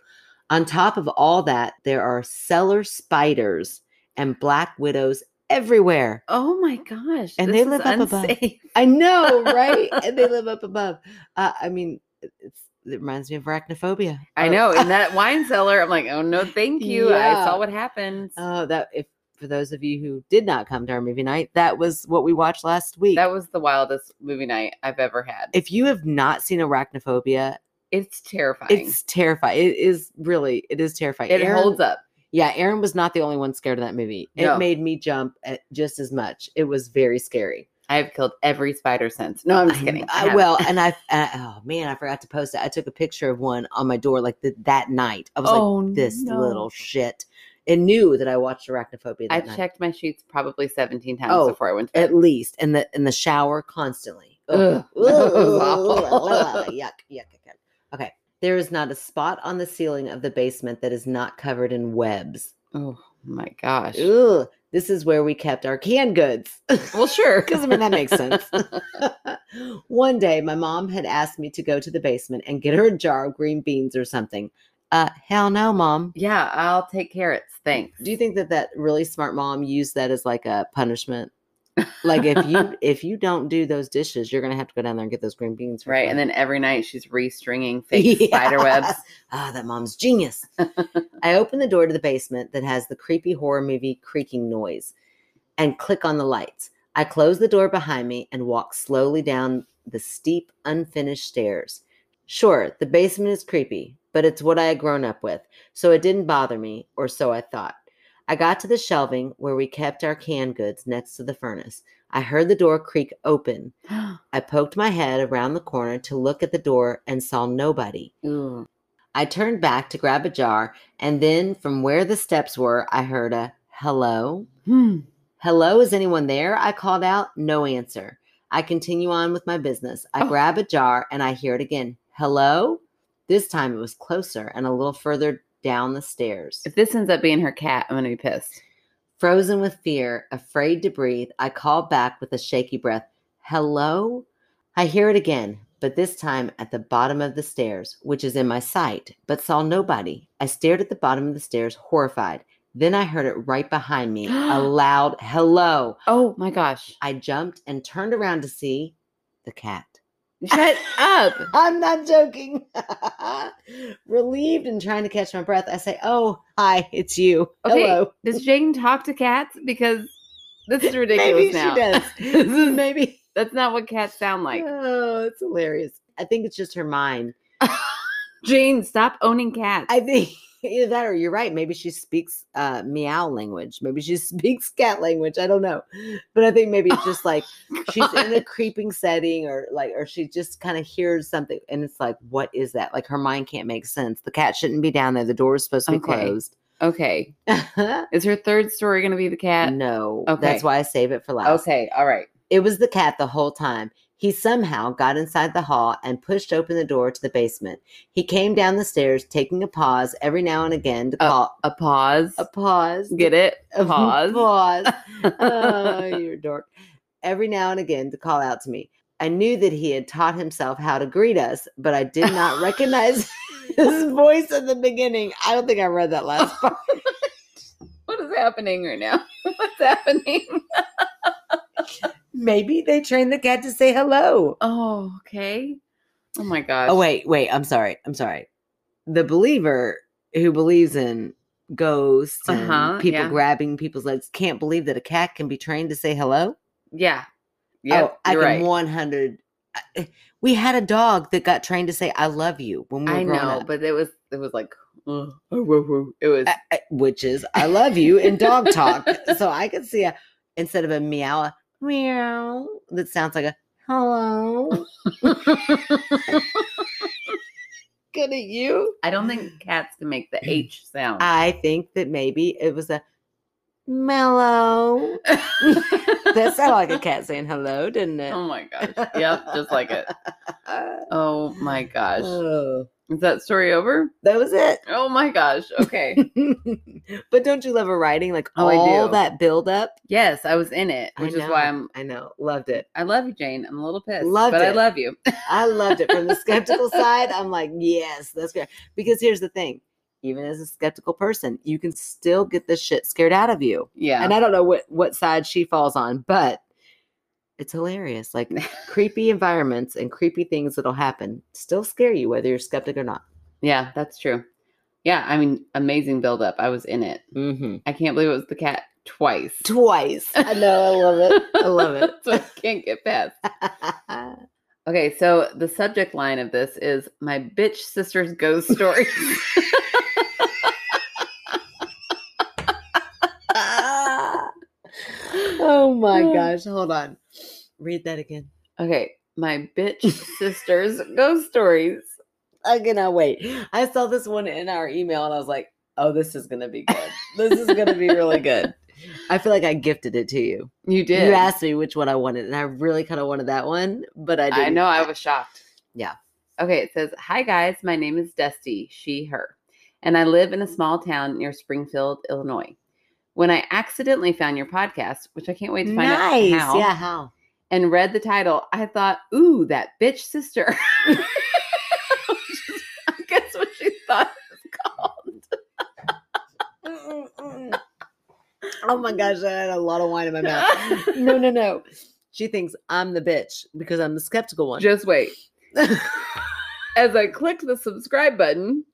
[SPEAKER 1] On top of all that, there are cellar spiders and black widows everywhere.
[SPEAKER 2] Oh my gosh.
[SPEAKER 1] And
[SPEAKER 2] this
[SPEAKER 1] they
[SPEAKER 2] is
[SPEAKER 1] live up above.
[SPEAKER 2] unsafe.
[SPEAKER 1] I know, right? and they live up above. Uh, I mean, it's, it reminds me of arachnophobia.
[SPEAKER 2] I
[SPEAKER 1] Oh,
[SPEAKER 2] know. In that wine cellar, I'm like, oh no, thank you. I
[SPEAKER 1] Yeah.
[SPEAKER 2] saw what happens.
[SPEAKER 1] Oh, that if for those of you who did not come to our movie night, that was what we watched last week.
[SPEAKER 2] that was the wildest movie night I've ever had.
[SPEAKER 1] if you have not seen arachnophobia,
[SPEAKER 2] It's terrifying.
[SPEAKER 1] it's terrifying. It is really, it is terrifying.
[SPEAKER 2] it
[SPEAKER 1] Aaron-
[SPEAKER 2] holds up.
[SPEAKER 1] Yeah, Aaron was not the only one scared of that movie. It
[SPEAKER 2] No.
[SPEAKER 1] made me jump at just as much. It was very scary.
[SPEAKER 2] I've killed every spider since. No, I'm just
[SPEAKER 1] I
[SPEAKER 2] kidding.
[SPEAKER 1] kn-
[SPEAKER 2] I
[SPEAKER 1] I-
[SPEAKER 2] haven't.
[SPEAKER 1] well, and I, I, oh man, I forgot to post it. I took a picture of one on my door like the, that night. I was like,
[SPEAKER 2] oh,
[SPEAKER 1] this
[SPEAKER 2] no.
[SPEAKER 1] little shit and knew that I watched arachnophobia that
[SPEAKER 2] I
[SPEAKER 1] night,
[SPEAKER 2] checked my sheets probably 17 times
[SPEAKER 1] Oh,
[SPEAKER 2] before I went to bed.
[SPEAKER 1] at least in the in the shower constantly.
[SPEAKER 2] Ugh,
[SPEAKER 1] Ooh,
[SPEAKER 2] that was
[SPEAKER 1] ooh,
[SPEAKER 2] awful.
[SPEAKER 1] yuck, yuck, yuck, yuck. Okay. There is not a spot on the ceiling of the basement that is not covered in webs.
[SPEAKER 2] Oh my gosh.
[SPEAKER 1] Ugh, this is where we kept our canned goods.
[SPEAKER 2] Well, sure.
[SPEAKER 1] Because I mean that makes sense. One day, my mom had asked me to go to the basement and get her a jar of green beans or something. Uh, hell no, mom.
[SPEAKER 2] yeah, I'll take carrots. Thanks.
[SPEAKER 1] Do you think that that really smart mom used that as like a punishment? Like if you if you don't do those dishes, you're gonna have to go down there and get those green beans.
[SPEAKER 2] right? And then every night she's restringing fake
[SPEAKER 1] Yeah.
[SPEAKER 2] spider webs.
[SPEAKER 1] ah, that mom's genius. I open the door to the basement that has the creepy horror movie creaking noise, and click on the lights. I close the door behind me and walk slowly down the steep, unfinished stairs. Sure, the basement is creepy, but it's what I had grown up with, so it didn't bother me, or so I thought. I got to the shelving where we kept our canned goods next to the furnace. I heard the door creak open. I poked my head around the corner to look at the door and saw nobody.
[SPEAKER 2] Ooh.
[SPEAKER 1] I turned back to grab a jar, and then from where the steps were, I heard a hello.
[SPEAKER 2] Hmm.
[SPEAKER 1] Hello, is anyone there? I called out. No answer. I continue on with my business. I
[SPEAKER 2] Oh.
[SPEAKER 1] grab a jar and I hear it again. Hello? This time it was closer and a little further down the stairs.
[SPEAKER 2] If this ends up being her cat, I'm going to be pissed.
[SPEAKER 1] Frozen with fear, afraid to breathe, I call back with a shaky breath. Hello? I hear it again, but this time at the bottom of the stairs, which is in my sight, but saw nobody. I stared at the bottom of the stairs, horrified. Then I heard it right behind me a loud hello.
[SPEAKER 2] Oh my gosh.
[SPEAKER 1] I jumped and turned around to see the cat.
[SPEAKER 2] Shut up.
[SPEAKER 1] I'm not joking. Relieved and trying to catch my breath, I say, Oh, hi, it's you.
[SPEAKER 2] Okay,
[SPEAKER 1] Hello.
[SPEAKER 2] Does Jane talk to cats? Because this is ridiculous
[SPEAKER 1] Maybe
[SPEAKER 2] now.
[SPEAKER 1] she does.
[SPEAKER 2] This is-
[SPEAKER 1] Maybe.
[SPEAKER 2] That's not what cats sound like.
[SPEAKER 1] oh, it's hilarious. I think it's just her mind.
[SPEAKER 2] Jane, stop owning cats.
[SPEAKER 1] I think either that or you're right. Maybe she speaks uh, meow language. Maybe she speaks cat language. I don't know. But I think maybe it's just like
[SPEAKER 2] Oh
[SPEAKER 1] she's in a creeping setting or like, or she just kind of hears something and it's like, what is that? Like her mind can't make sense. The cat shouldn't be down there. The door is supposed to be
[SPEAKER 2] Okay.
[SPEAKER 1] closed.
[SPEAKER 2] okay. Is her third story going to be the cat?
[SPEAKER 1] no.
[SPEAKER 2] Okay.
[SPEAKER 1] That's why I save it for last.
[SPEAKER 2] Okay. All right.
[SPEAKER 1] It was the cat the whole time. He somehow got inside the hall and pushed open the door to the basement. He came down the stairs, taking a pause every now and again to
[SPEAKER 2] Oh.
[SPEAKER 1] call
[SPEAKER 2] A pause.
[SPEAKER 1] Uh, a pause.
[SPEAKER 2] Get it?
[SPEAKER 1] a
[SPEAKER 2] pause.
[SPEAKER 1] pause. Oh, you're a dork. Every now and again to call out to me. I knew that he had taught himself how to greet us, but I did not recognize his voice at the beginning. I don't think I read that last part.
[SPEAKER 2] what is happening right now? What's happening?
[SPEAKER 1] Maybe they trained the cat to say hello.
[SPEAKER 2] Oh, okay. Oh my gosh.
[SPEAKER 1] Oh wait, wait. I'm sorry. I'm sorry. The believer who believes in ghosts and
[SPEAKER 2] Uh-huh,
[SPEAKER 1] people
[SPEAKER 2] yeah.
[SPEAKER 1] grabbing people's legs can't believe that a cat can be trained to say hello.
[SPEAKER 2] Yeah. Yep.
[SPEAKER 1] oh, I
[SPEAKER 2] you're
[SPEAKER 1] can
[SPEAKER 2] right.
[SPEAKER 1] 100. I- We had a dog that got trained to say "I love you" when we were
[SPEAKER 2] I
[SPEAKER 1] growing
[SPEAKER 2] know,
[SPEAKER 1] up.
[SPEAKER 2] but it was it was like Ugh. Oh, whoa, whoa. It was
[SPEAKER 1] I- I- which is I love you in dog talk. So I could see a instead of a meow, a meow that sounds like a hello.
[SPEAKER 2] Uh,
[SPEAKER 1] Good at you.
[SPEAKER 2] I don't think cats can make the H sound.
[SPEAKER 1] I think that maybe it was a mellow. That sounded like a cat saying hello, didn't it? Uh,
[SPEAKER 2] Oh my gosh. Yep, just like it. Oh my gosh.
[SPEAKER 1] Oh,
[SPEAKER 2] Is that story over?
[SPEAKER 1] that was it.
[SPEAKER 2] Oh my gosh. Okay.
[SPEAKER 1] but don't you love a writing like
[SPEAKER 2] Oh, I
[SPEAKER 1] all
[SPEAKER 2] do.
[SPEAKER 1] that build up?
[SPEAKER 2] yes, I was in it, which
[SPEAKER 1] I
[SPEAKER 2] is why
[SPEAKER 1] know,
[SPEAKER 2] I'm
[SPEAKER 1] I know. Loved it.
[SPEAKER 2] I love you, Jane. I'm a little pissed.
[SPEAKER 1] Loved
[SPEAKER 2] but I
[SPEAKER 1] it.
[SPEAKER 2] love you.
[SPEAKER 1] I loved it from the skeptical side. I'm like, yes, that's great. Because here's the thing, even as a skeptical person, you can still get the shit scared out of you.
[SPEAKER 2] Yeah.
[SPEAKER 1] And I don't know what what side she falls on, but it's hilarious. Like creepy environments and creepy things that'll happen still scare you whether you're skeptic or not.
[SPEAKER 2] yeah, that's true. Yeah, I mean, amazing build up. I was in it.
[SPEAKER 1] Mm-hmm.
[SPEAKER 2] I can't believe it was the cat twice.
[SPEAKER 1] Twice. I know. I love it. I love it.
[SPEAKER 2] so I can't get past. Okay, so the subject line of this is my bitch sister's ghost story.
[SPEAKER 1] oh my
[SPEAKER 2] Oh.
[SPEAKER 1] gosh! Hold on. Read that again.
[SPEAKER 2] okay, my bitch sister's ghost stories.
[SPEAKER 1] I cannot wait. I saw this one in our email and I was like, oh, this is going to be good. This is going to be really good. I feel like I gifted it to you.
[SPEAKER 2] You did.
[SPEAKER 1] You asked me which one I wanted, and I really kind of wanted that one, but I didn't.
[SPEAKER 2] I know. I was shocked.
[SPEAKER 1] Yeah.
[SPEAKER 2] Okay. It says, "Hi guys, my name is Dusty. She, her, and I live in a small town near Springfield, Illinois. When I accidentally found your podcast, which I can't wait to find
[SPEAKER 1] nice.
[SPEAKER 2] out how,
[SPEAKER 1] Yeah, how?
[SPEAKER 2] and read the title, I thought, ooh, that bitch sister." Which is, I guess what she thought it was called.
[SPEAKER 1] Oh my gosh, I had a lot of wine in my mouth. no, no, no. She thinks I'm the bitch because I'm the skeptical one.
[SPEAKER 2] Just wait. As I clicked the subscribe button,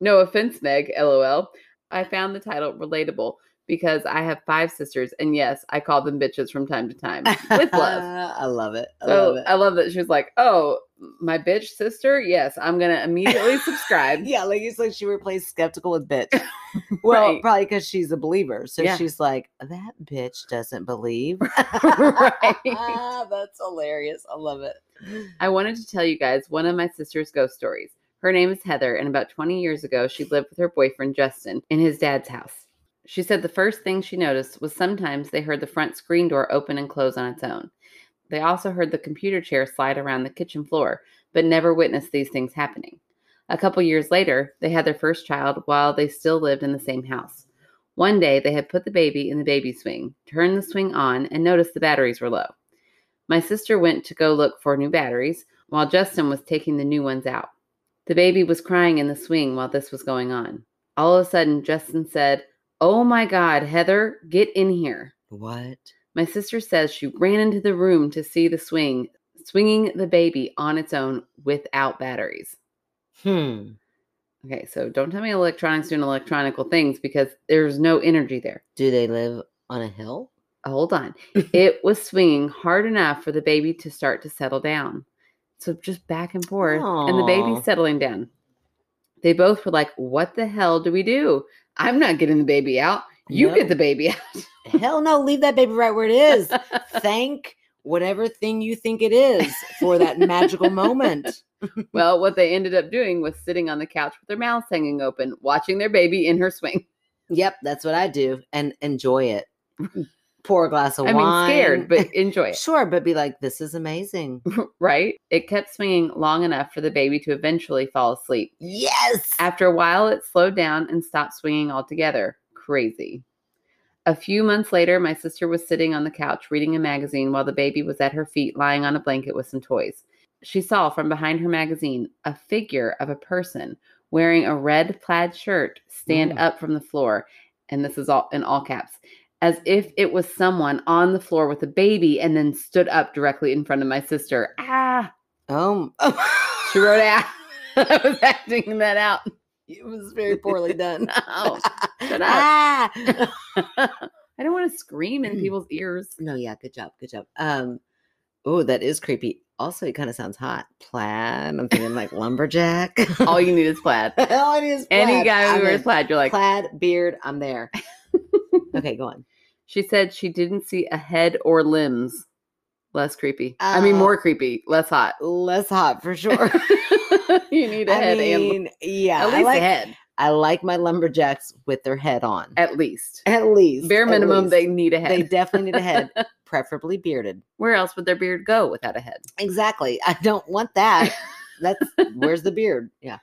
[SPEAKER 2] no offense, Meg, lol, I found the title relatable because I have five sisters, and yes, I call them bitches from time to time with love.
[SPEAKER 1] I love it. I
[SPEAKER 2] So
[SPEAKER 1] love it.
[SPEAKER 2] I love that she was like, "Oh, my bitch sister." Yes, I'm gonna immediately subscribe.
[SPEAKER 1] Yeah, like it's like she replaced skeptical with bitch. Well,
[SPEAKER 2] Right.
[SPEAKER 1] probably because she's a believer. So
[SPEAKER 2] Yeah.
[SPEAKER 1] she's like, that bitch doesn't believe. Ah,
[SPEAKER 2] Right.
[SPEAKER 1] That's hilarious. I love it.
[SPEAKER 2] I wanted to tell you guys one of my sister's ghost stories. Her name is Heather, and about 20 years ago, she lived with her boyfriend Justin in his dad's house. She said the first thing she noticed was sometimes they heard the front screen door open and close on its own. They also heard the computer chair slide around the kitchen floor, but never witnessed these things happening. A couple years later, they had their first child while they still lived in the same house. One day, they had put the baby in the baby swing, turned the swing on, and noticed the batteries were low. My sister went to go look for new batteries while Justin was taking the new ones out. The baby was crying in the swing while this was going on. All of a sudden, Justin said, Oh my God, Heather, get in here.
[SPEAKER 1] What?
[SPEAKER 2] My sister says she ran into the room to see the swing, swinging the baby on its own without batteries.
[SPEAKER 1] Hmm.
[SPEAKER 2] Okay, so don't tell me electronics doing electronical things because there's no energy there.
[SPEAKER 1] Do they live on a hill?
[SPEAKER 2] hold on. It was swinging hard enough for the baby to start to settle down. So just back and forth, and the
[SPEAKER 1] Aw.
[SPEAKER 2] baby's settling down. They both were like, What the hell do we do? I'm not getting the baby out. You
[SPEAKER 1] No.
[SPEAKER 2] get the baby out.
[SPEAKER 1] Hell no, leave that baby right where it is. Thank whatever thing you think it is for that magical moment.
[SPEAKER 2] well, what they ended up doing was sitting on the couch with their mouths hanging open, watching their baby in her swing.
[SPEAKER 1] Yep, that's what I do. And enjoy it. Pour a glass of
[SPEAKER 2] I mean,
[SPEAKER 1] wine.
[SPEAKER 2] scared, but enjoy it.
[SPEAKER 1] sure, but be like, this is amazing.
[SPEAKER 2] Right? It kept swinging long enough for the baby to eventually fall asleep.
[SPEAKER 1] Yes.
[SPEAKER 2] After a while, it slowed down and stopped swinging altogether. Crazy. A few months later, my sister was sitting on the couch reading a magazine while the baby was at her feet lying on a blanket with some toys. She saw from behind her magazine a figure of a person wearing a red plaid shirt stand
[SPEAKER 1] Mm.
[SPEAKER 2] up from the floor, and this is all in all caps, as if it was someone on the floor with a baby and then stood up directly in front of my sister. Ah,
[SPEAKER 1] Oh,
[SPEAKER 2] she wrote it out. I was acting that out.
[SPEAKER 1] it was very poorly done.
[SPEAKER 2] No. Oh, shut up.
[SPEAKER 1] ah!
[SPEAKER 2] I Mm. don't want to scream in people's ears.
[SPEAKER 1] No, yeah, good job, good job. Um, oh, that is creepy. Also, it kind of sounds hot. Plaid. I'm thinking like lumberjack.
[SPEAKER 2] All you need is plaid.
[SPEAKER 1] All I need is
[SPEAKER 2] Any
[SPEAKER 1] plaid.
[SPEAKER 2] guy
[SPEAKER 1] I'm
[SPEAKER 2] who wears
[SPEAKER 1] in.
[SPEAKER 2] plaid, you're like.
[SPEAKER 1] plaid beard. I'm there. okay, go on.
[SPEAKER 2] She said she didn't see a head or limbs. Less creepy. I mean,
[SPEAKER 1] Oh.
[SPEAKER 2] more creepy. Less hot.
[SPEAKER 1] Less hot for sure.
[SPEAKER 2] you need a
[SPEAKER 1] I
[SPEAKER 2] head and
[SPEAKER 1] mean, yeah,
[SPEAKER 2] at
[SPEAKER 1] I
[SPEAKER 2] least
[SPEAKER 1] like
[SPEAKER 2] a head.
[SPEAKER 1] I like my lumberjacks with their head on. At,
[SPEAKER 2] At least.
[SPEAKER 1] least,
[SPEAKER 2] Bare
[SPEAKER 1] at
[SPEAKER 2] minimum,
[SPEAKER 1] least.
[SPEAKER 2] they need a
[SPEAKER 1] they
[SPEAKER 2] head.
[SPEAKER 1] definitely need a head, preferably bearded.
[SPEAKER 2] Where else would their beard go without a head?
[SPEAKER 1] Exactly. I don't want that. That's where's the beard? Yeah.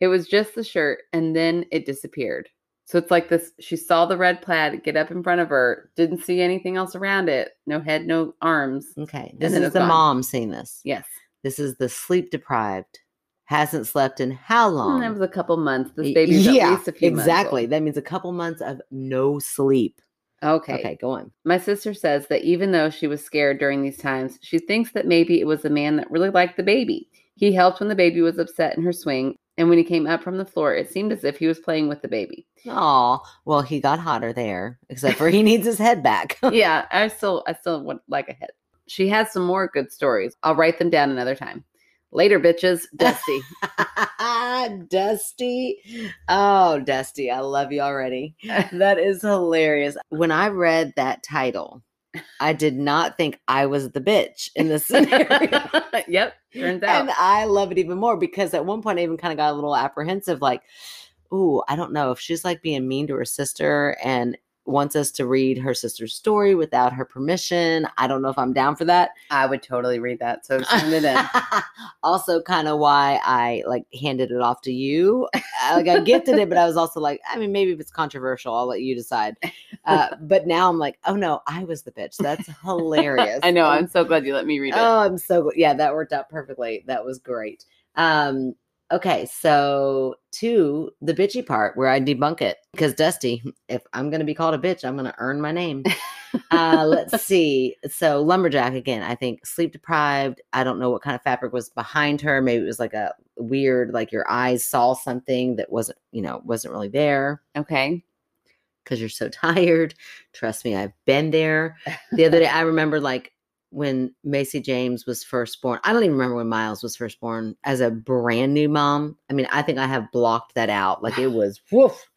[SPEAKER 2] It was just the shirt and then it disappeared. So it's like this she saw the red plaid get up in front of her, didn't see anything else around it. No head, no arms.
[SPEAKER 1] Okay. This
[SPEAKER 2] then
[SPEAKER 1] is
[SPEAKER 2] it's
[SPEAKER 1] the
[SPEAKER 2] gone.
[SPEAKER 1] mom seeing this.
[SPEAKER 2] Yes.
[SPEAKER 1] This is the sleep deprived, hasn't slept in how long?
[SPEAKER 2] And that was a couple months. This
[SPEAKER 1] Y-
[SPEAKER 2] baby's at least a few months old.
[SPEAKER 1] exactly. That means a couple months of no sleep.
[SPEAKER 2] Okay.
[SPEAKER 1] Okay, go on.
[SPEAKER 2] My sister says that even though she was scared during these times, she thinks that maybe it was the man that really liked the baby. He helped when the baby was upset in her swing, and when he came up from the floor, it seemed as if he was playing with the baby.
[SPEAKER 1] Oh, well, he got hotter there, except for he needs his head back.
[SPEAKER 2] yeah, I still I still would like a hit. She has some more good stories. I'll write them down another time. Later, bitches. Dusty.
[SPEAKER 1] Dusty. Oh, Dusty, I love you already. That is hilarious. When I read that title, I did not think I was the bitch in this scenario.
[SPEAKER 2] yep. Turns out.
[SPEAKER 1] and I love it even more because at one point I even kind of got a little apprehensive like, ooh, I don't know if she's like being mean to her sister and wants us to read her sister's story without her permission. I don't know if I'm down for that.
[SPEAKER 2] I would totally read that. So send it in.
[SPEAKER 1] also kind of why I like handed it off to you. I, like I gifted it, but I was also like, I mean, maybe if it's controversial, I'll let you decide. Uh, but now I'm like, oh no, I was the bitch. That's hilarious.
[SPEAKER 2] I know.
[SPEAKER 1] I'm
[SPEAKER 2] I'm so glad you let me read it.
[SPEAKER 1] Oh, I'm so gl- yeah, that worked out perfectly. That was great. Um, okay, so to the bitchy part where I debunk it because Dusty, if I'm gonna be called a bitch, I'm gonna earn my name. Uh, let's see. So lumberjack again. I think sleep deprived. I don't know what kind of fabric was behind her. Maybe it was like a weird, like your eyes saw something that wasn't, you know, wasn't really there
[SPEAKER 2] okay.
[SPEAKER 1] because you're so tired. Trust me, I've been there. The other day, I remember like when Macy James was first born. I don't even remember when Miles was first born as a brand new mom. I mean, I think I have blocked that out. Like it was woof.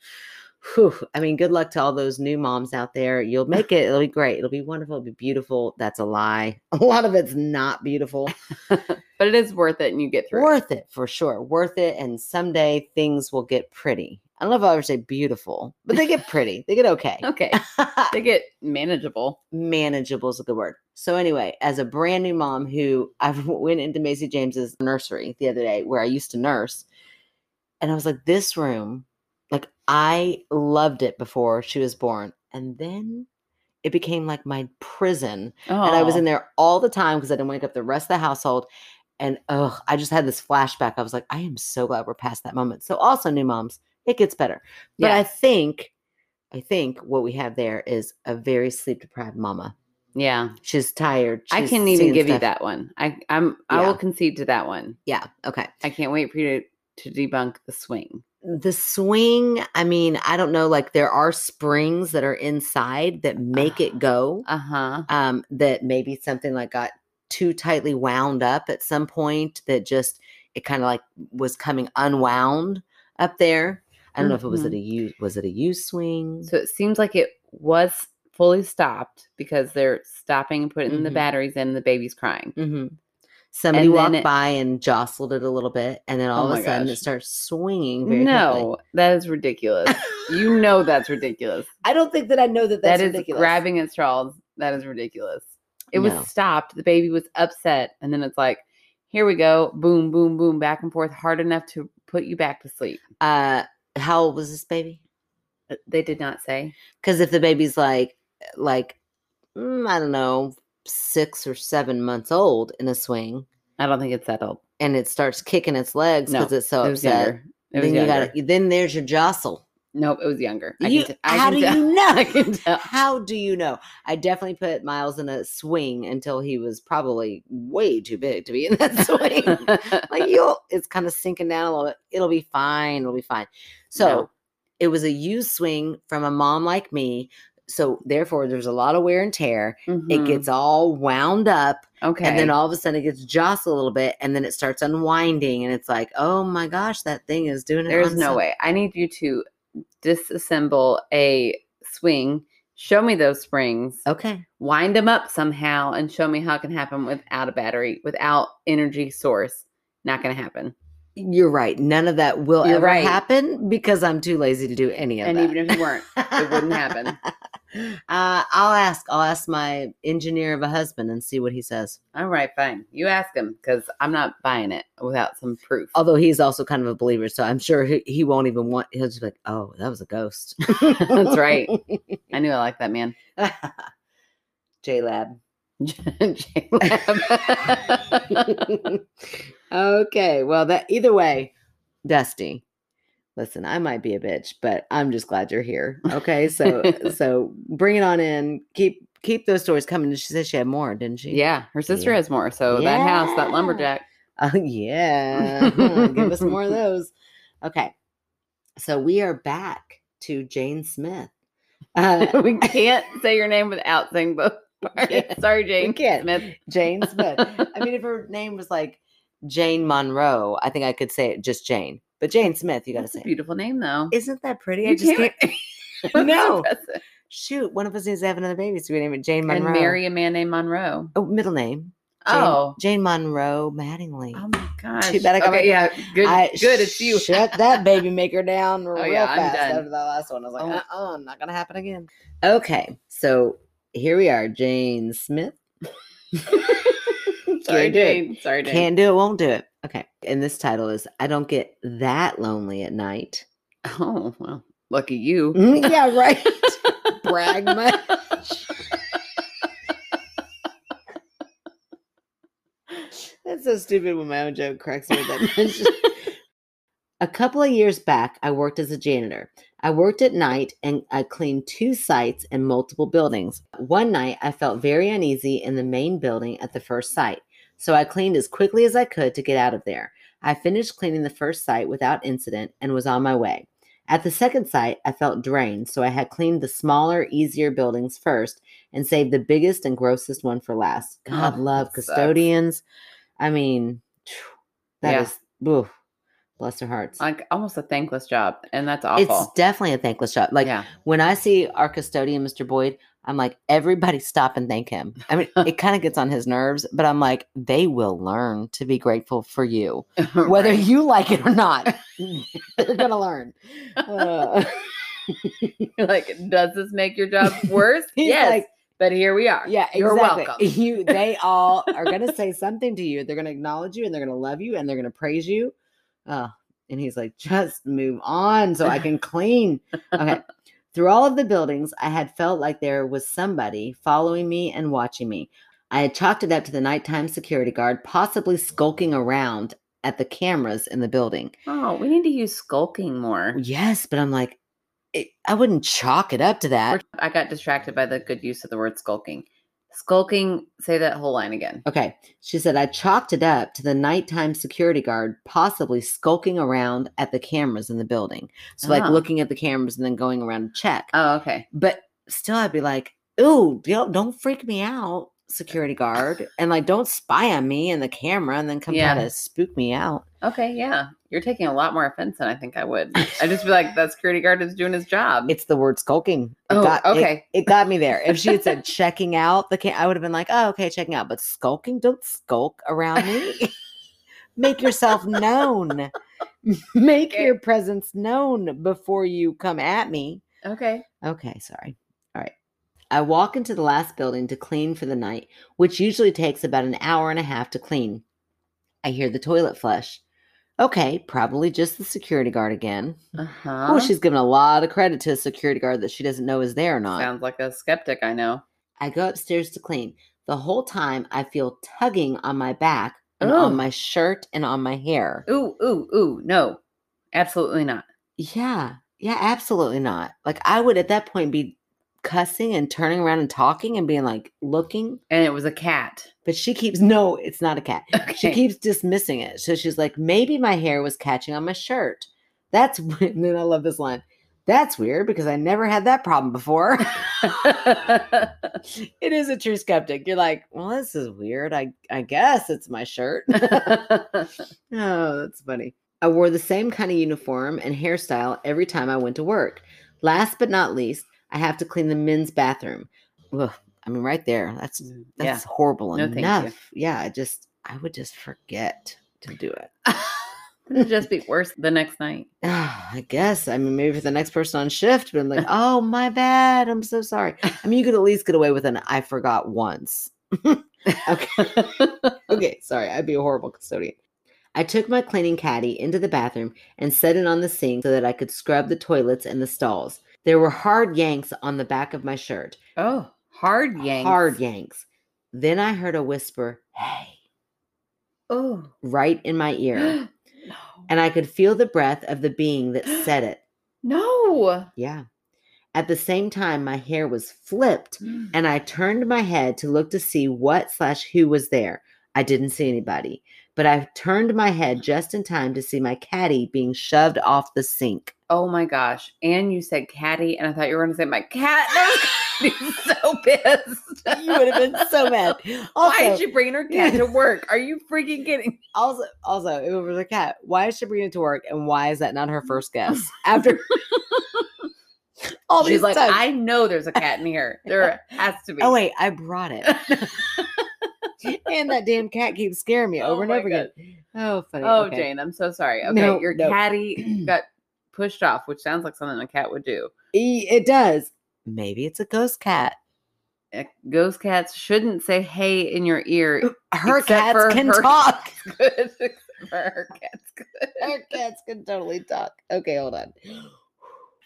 [SPEAKER 1] Whew. I mean, good luck to all those new moms out there. You'll make it. It'll be great. It'll be wonderful. It'll be beautiful. That's a lie. A lot of it's not beautiful.
[SPEAKER 2] But it is worth it, and you get through. it.
[SPEAKER 1] Worth it for sure. Worth it. And someday things will get pretty. I don't know if I ever say beautiful, but they get pretty. They get okay.
[SPEAKER 2] Okay. they get manageable.
[SPEAKER 1] manageable is a good word. So anyway, as a brand new mom who I went into Macy James's nursery the other day where I used to nurse, and I was like, this room, like I loved it before she was born, and then it became like my prison,
[SPEAKER 2] Oh.
[SPEAKER 1] and I was in there all the time because I didn't wake up the rest of the household. And oh, I just had this flashback. I was like, I am so glad we're past that moment. So also, new moms, it gets better. But I think, I think what we have there is a very sleep deprived mama.
[SPEAKER 2] yeah.
[SPEAKER 1] She's tired.
[SPEAKER 2] I
[SPEAKER 1] she's
[SPEAKER 2] can't even
[SPEAKER 1] seeing
[SPEAKER 2] give you
[SPEAKER 1] stuff.
[SPEAKER 2] that one. I I'm I will
[SPEAKER 1] Yeah.
[SPEAKER 2] concede to that one.
[SPEAKER 1] Yeah. Okay.
[SPEAKER 2] I can't wait for you to, to debunk the swing.
[SPEAKER 1] The swing. I mean, I don't know. Like there are springs that are inside that make it go.
[SPEAKER 2] Uh huh.
[SPEAKER 1] Um, that maybe something like got too tightly wound up at some point. That just it kind of like was coming unwound up there. I don't know if it was at a
[SPEAKER 2] Mm-hmm.
[SPEAKER 1] U. Was it a U swing?
[SPEAKER 2] So it seems like it was fully stopped because they're stopping and putting the
[SPEAKER 1] Mhm.
[SPEAKER 2] batteries in. The baby's crying.
[SPEAKER 1] Mm-hmm. Somebody
[SPEAKER 2] And then
[SPEAKER 1] walked
[SPEAKER 2] it-
[SPEAKER 1] by and jostled it a little bit, and then all
[SPEAKER 2] Oh
[SPEAKER 1] of
[SPEAKER 2] my
[SPEAKER 1] a sudden it
[SPEAKER 2] gosh.
[SPEAKER 1] starts swinging. Very
[SPEAKER 2] No, that is ridiculous.
[SPEAKER 1] quickly.
[SPEAKER 2] you know that's ridiculous.
[SPEAKER 1] I don't think that I know that
[SPEAKER 2] That's
[SPEAKER 1] that's ridiculous.
[SPEAKER 2] grabbing at straws. That is ridiculous. It
[SPEAKER 1] No.
[SPEAKER 2] was stopped. The baby was upset, and then it's like, here we go, boom, boom, boom, back and forth, hard enough to put you back to sleep.
[SPEAKER 1] Uh, how old was this baby?
[SPEAKER 2] Uh, They did not say.
[SPEAKER 1] Because if the baby's like, like, mm, I don't know, six or seven months old in a swing,
[SPEAKER 2] I don't think it's settled.
[SPEAKER 1] and it starts kicking its legs because
[SPEAKER 2] No,
[SPEAKER 1] it's so
[SPEAKER 2] it was
[SPEAKER 1] upset,
[SPEAKER 2] younger. It was
[SPEAKER 1] Oh, then you
[SPEAKER 2] younger.
[SPEAKER 1] got to then there's your jostle.
[SPEAKER 2] Nope, it was younger.
[SPEAKER 1] You-
[SPEAKER 2] t-
[SPEAKER 1] how do you know?
[SPEAKER 2] I can tell.
[SPEAKER 1] How do you know? I definitely put Miles in a swing until he was probably way too big to be in that swing. like you'll it's kind of sinking down a little bit it'll be fine it'll be fine so
[SPEAKER 2] No.
[SPEAKER 1] it was a you swing from a mom like me so therefore there's a lot of wear and tear. It
[SPEAKER 2] Mhm.
[SPEAKER 1] gets all wound up
[SPEAKER 2] okay.
[SPEAKER 1] and then all of a sudden it gets jostled a little bit and then it starts unwinding and it's like, oh my gosh, that thing is doing it.
[SPEAKER 2] There's
[SPEAKER 1] on
[SPEAKER 2] no
[SPEAKER 1] some-
[SPEAKER 2] way. I need you to disassemble a swing, show me those springs,
[SPEAKER 1] Okay.
[SPEAKER 2] wind them up somehow, and show me how it can happen without a battery, without energy source. Not going to happen.
[SPEAKER 1] You're right. None of that will
[SPEAKER 2] You're
[SPEAKER 1] ever
[SPEAKER 2] right.
[SPEAKER 1] happen because I'm too lazy to do any of
[SPEAKER 2] and
[SPEAKER 1] that.
[SPEAKER 2] even if you weren't, it wouldn't happen.
[SPEAKER 1] Uh, I'll ask. I'll ask my engineer of a husband and see what he says.
[SPEAKER 2] All right, fine. You ask him because I'm not buying it without some proof.
[SPEAKER 1] Although he's also kind of a believer, so I'm sure he, he won't even want. He'll just be like, "Oh, that was a ghost."
[SPEAKER 2] That's right. I knew I liked that man.
[SPEAKER 1] J Lab.
[SPEAKER 2] J-Lab.
[SPEAKER 1] okay. Well, that either way, Dusty. Listen, I might be a bitch, but I'm just glad you're here. Okay, so so bring it on in. Keep keep those stories coming. She said she had more, didn't she?
[SPEAKER 2] yeah, her sister
[SPEAKER 1] Yeah.
[SPEAKER 2] has more. So that house, that
[SPEAKER 1] Yeah.
[SPEAKER 2] lumberjack.
[SPEAKER 1] Oh yeah. huh, Give us more of those. Okay. So we are back to Jane Smith. Uh,
[SPEAKER 2] we can't say your name without saying both parts.
[SPEAKER 1] Yeah,
[SPEAKER 2] Sorry, Jane.
[SPEAKER 1] can't.
[SPEAKER 2] Smith.
[SPEAKER 1] Jane Smith. I mean, if her name was like Jane Monroe, I think I could say it just Jane. But Jane Smith, you got to
[SPEAKER 2] That's
[SPEAKER 1] say.
[SPEAKER 2] a
[SPEAKER 1] it.
[SPEAKER 2] beautiful name, though.
[SPEAKER 1] Isn't that pretty? I
[SPEAKER 2] You
[SPEAKER 1] just can't.
[SPEAKER 2] can't- That's
[SPEAKER 1] No.
[SPEAKER 2] impressive.
[SPEAKER 1] Shoot, one of us needs to have another baby, so we name it Jane
[SPEAKER 2] And
[SPEAKER 1] Monroe.
[SPEAKER 2] marry a man named Monroe.
[SPEAKER 1] Oh, middle name. Jane,
[SPEAKER 2] Oh.
[SPEAKER 1] Jane Monroe Mattingly.
[SPEAKER 2] Oh my gosh.
[SPEAKER 1] Too bad I got
[SPEAKER 2] okay,
[SPEAKER 1] my-
[SPEAKER 2] yeah. Good.
[SPEAKER 1] I
[SPEAKER 2] good. It's you. Oh,
[SPEAKER 1] Shut that baby maker down real
[SPEAKER 2] yeah, I'm
[SPEAKER 1] fast
[SPEAKER 2] done.
[SPEAKER 1] after that last one. I was like,
[SPEAKER 2] Oh.
[SPEAKER 1] uh uh not gonna happen again. Okay, so here we are, Jane Smith.
[SPEAKER 2] Sorry,
[SPEAKER 1] Can't do it.
[SPEAKER 2] Jane. Sorry, Jane.
[SPEAKER 1] Can't do it, won't do it. Okay, and this title is "I Don't Get That Lonely at Night."
[SPEAKER 2] Oh well, lucky you.
[SPEAKER 1] Mm, yeah, right. Brag much. That's so stupid when my own joke cracks me up that much. a couple of years back, I worked as a janitor. I worked at night and I cleaned two sites and multiple buildings. One night, I felt very uneasy in the main building at the first site, so I cleaned as quickly as I could to get out of there. I finished cleaning the first site without incident and was on my way. At the second site, I felt drained, so I had cleaned the smaller, easier buildings first and saved the biggest and grossest one for last. God
[SPEAKER 2] Oh,
[SPEAKER 1] love
[SPEAKER 2] that sucks.
[SPEAKER 1] custodians. I mean, that
[SPEAKER 2] Yeah.
[SPEAKER 1] is oof, bless their hearts.
[SPEAKER 2] Like almost a thankless job, and that's awful.
[SPEAKER 1] It's definitely a thankless job. Like
[SPEAKER 2] yeah.
[SPEAKER 1] when I see our custodian, Mr. Boyd, I'm like, everybody stop and thank him. I mean, it kind of gets on his nerves, but I'm like, they will learn to be grateful for you, whether
[SPEAKER 2] Right.
[SPEAKER 1] you like it or not. They're gonna learn. Uh,
[SPEAKER 2] You're like, does this make your job worse?
[SPEAKER 1] he's
[SPEAKER 2] yes.
[SPEAKER 1] like,
[SPEAKER 2] but here we are.
[SPEAKER 1] yeah,
[SPEAKER 2] You're
[SPEAKER 1] exactly.
[SPEAKER 2] welcome.
[SPEAKER 1] You, they all are gonna say something to you. They're gonna acknowledge you, and they're gonna love you, and they're gonna praise you. Uh, and he's like, just move on, so I can clean. Okay. Through all of the buildings, I had felt like there was somebody following me and watching me. I had chalked it up to the nighttime security guard possibly skulking around at the cameras in the building.
[SPEAKER 2] Oh, we need to use skulking more.
[SPEAKER 1] Yes, but I'm like, it, I wouldn't chalk it up to that.
[SPEAKER 2] I got distracted by the good use of the word skulking. Skulking, say that whole line again.
[SPEAKER 1] Okay. She said, I chalked it up to the nighttime security guard possibly skulking around at the cameras in the building. So, like,
[SPEAKER 2] Ah.
[SPEAKER 1] looking at the cameras and then going around to check.
[SPEAKER 2] Oh, okay.
[SPEAKER 1] but still, I'd be like, ooh, yo, don't freak me out, security guard. And like, don't spy on me and the camera and then come
[SPEAKER 2] Yeah.
[SPEAKER 1] try to spook me out.
[SPEAKER 2] Okay, yeah. You're taking a lot more offense than I think I would. I just feel like that security guard is doing his job.
[SPEAKER 1] It's the word skulking. It
[SPEAKER 2] Oh,
[SPEAKER 1] got- it-
[SPEAKER 2] okay.
[SPEAKER 1] It, got me there. If she had said checking out the cam, I would have been like, oh, okay, checking out. But skulking, don't skulk around me. Make yourself known. Make
[SPEAKER 2] Okay.
[SPEAKER 1] your presence known before you come at me.
[SPEAKER 2] okay.
[SPEAKER 1] Okay, sorry. All right. I walk into the last building to clean for the night, which usually takes about an hour and a half to clean. I hear the toilet flush. Okay, probably just the security guard again.
[SPEAKER 2] Uh-huh.
[SPEAKER 1] Oh, she's giving a lot of credit to a security guard that she doesn't know is there or not.
[SPEAKER 2] Sounds like a skeptic, I know.
[SPEAKER 1] I go upstairs to clean. The whole time I feel tugging on my back and
[SPEAKER 2] Oh.
[SPEAKER 1] on my shirt and on my hair.
[SPEAKER 2] Ooh, ooh, ooh. No, absolutely not.
[SPEAKER 1] Yeah. Yeah, absolutely not. Like I would at that point be cussing and turning around and talking and being like looking,
[SPEAKER 2] And it was a cat.
[SPEAKER 1] but she keeps no, it's not a cat. She
[SPEAKER 2] Okay.
[SPEAKER 1] keeps dismissing it. So she's like, maybe my hair was catching on my shirt. That's when, and then I love this line. That's weird because I never had that problem before. it is a true skeptic. You're like, well, this is weird. I I guess it's my shirt. oh, that's funny. I wore the same kind of uniform and hairstyle every time I went to work. Last but not least, I have to clean the men's bathroom. Ugh, I mean, right there, that's that's horrible
[SPEAKER 2] No, thank you.
[SPEAKER 1] enough. Yeah, I just I would just forget to do it.
[SPEAKER 2] It'd just be worse the next night.
[SPEAKER 1] Ah, I guess. I mean, maybe for the next person on shift, but I'm like, oh, my bad. I'm so sorry. I mean, you could at least get away with an I forgot once. okay. okay. Sorry. I'd be a horrible custodian. I took my cleaning caddy into the bathroom and set it on the sink so that I could scrub the toilets and the stalls. There were hard yanks on the back of my shirt.
[SPEAKER 2] Oh, hard yanks.
[SPEAKER 1] Hard yanks. Then I heard a whisper, hey,
[SPEAKER 2] Oh.
[SPEAKER 1] right in my ear.
[SPEAKER 2] no.
[SPEAKER 1] And I could feel the breath of the being that said it.
[SPEAKER 2] No.
[SPEAKER 1] Yeah. At the same time, my hair was flipped and I turned my head to look to see what slash who was there. I didn't see anybody, but I turned my head just in time to see my caddy being shoved off the sink.
[SPEAKER 2] Oh my gosh. And you said caddy, and I thought you were going to say my cat. And I was gonna be so pissed.
[SPEAKER 1] You would have been so mad.
[SPEAKER 2] Why
[SPEAKER 1] Also,
[SPEAKER 2] is she bringing her cat to work? Are you freaking kidding?
[SPEAKER 1] also, also, it was a cat. Why is she bringing it to work, and why is that not her first guess? After all
[SPEAKER 2] She's
[SPEAKER 1] these
[SPEAKER 2] like,
[SPEAKER 1] times.
[SPEAKER 2] I know there's a cat in here. There has to be.
[SPEAKER 1] oh wait, I brought it, and that damn cat keeps scaring me over
[SPEAKER 2] Oh
[SPEAKER 1] and
[SPEAKER 2] my
[SPEAKER 1] over again. Oh, funny.
[SPEAKER 2] Oh,
[SPEAKER 1] okay.
[SPEAKER 2] Jane, I'm so sorry. Okay,
[SPEAKER 1] No,
[SPEAKER 2] your
[SPEAKER 1] no.
[SPEAKER 2] caddy got pushed off, which sounds like something a cat would do.
[SPEAKER 1] E- It does. Maybe it's a ghost cat.
[SPEAKER 2] Uh, Ghost cats shouldn't say "hey" in your ear.
[SPEAKER 1] Her
[SPEAKER 2] Except for
[SPEAKER 1] cats can
[SPEAKER 2] her-
[SPEAKER 1] talk.
[SPEAKER 2] Good for her cats. Good.
[SPEAKER 1] Her cats can totally talk. Okay, hold on.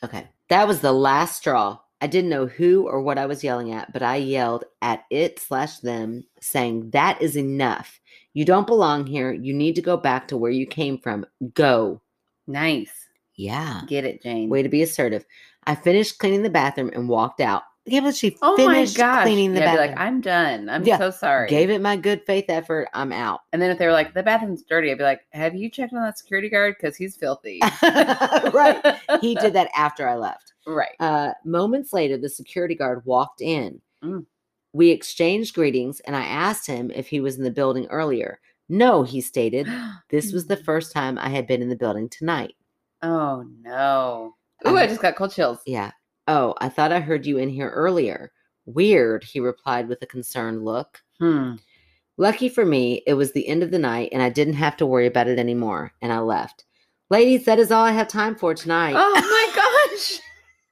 [SPEAKER 1] Okay. That was the last straw. I didn't know who or what I was yelling at, but I yelled at it slash them, saying, That is enough. You don't belong here. You need to go back to where you came from. Go.
[SPEAKER 2] Nice.
[SPEAKER 1] Yeah.
[SPEAKER 2] Get it, Jane.
[SPEAKER 1] Way to be assertive. I finished cleaning the bathroom and walked out. I can't believe she
[SPEAKER 2] Oh my
[SPEAKER 1] finished
[SPEAKER 2] gosh.
[SPEAKER 1] cleaning the
[SPEAKER 2] yeah, be
[SPEAKER 1] bathroom.
[SPEAKER 2] like, I'm done. I'm
[SPEAKER 1] Yeah,
[SPEAKER 2] so sorry.
[SPEAKER 1] Gave it my good faith effort. I'm out.
[SPEAKER 2] and then if they were like, the bathroom's dirty, I'd be like, have you checked on that security guard? Because he's filthy.
[SPEAKER 1] right. He did that after I left.
[SPEAKER 2] Right.
[SPEAKER 1] Uh, moments later, the security guard walked in.
[SPEAKER 2] Mm.
[SPEAKER 1] We exchanged greetings, and I asked him if he was in the building earlier. No, he stated. This was the first time I had been in the building tonight.
[SPEAKER 2] Oh no. Ooh, I
[SPEAKER 1] Um,
[SPEAKER 2] just got cold chills.
[SPEAKER 1] Yeah. Oh, I thought I heard you in here earlier. Weird, he replied with a concerned look.
[SPEAKER 2] Hmm.
[SPEAKER 1] Lucky for me, it was the end of the night, and I didn't have to worry about it anymore, and I left. Ladies, that is all I have time for tonight.
[SPEAKER 2] Oh my gosh.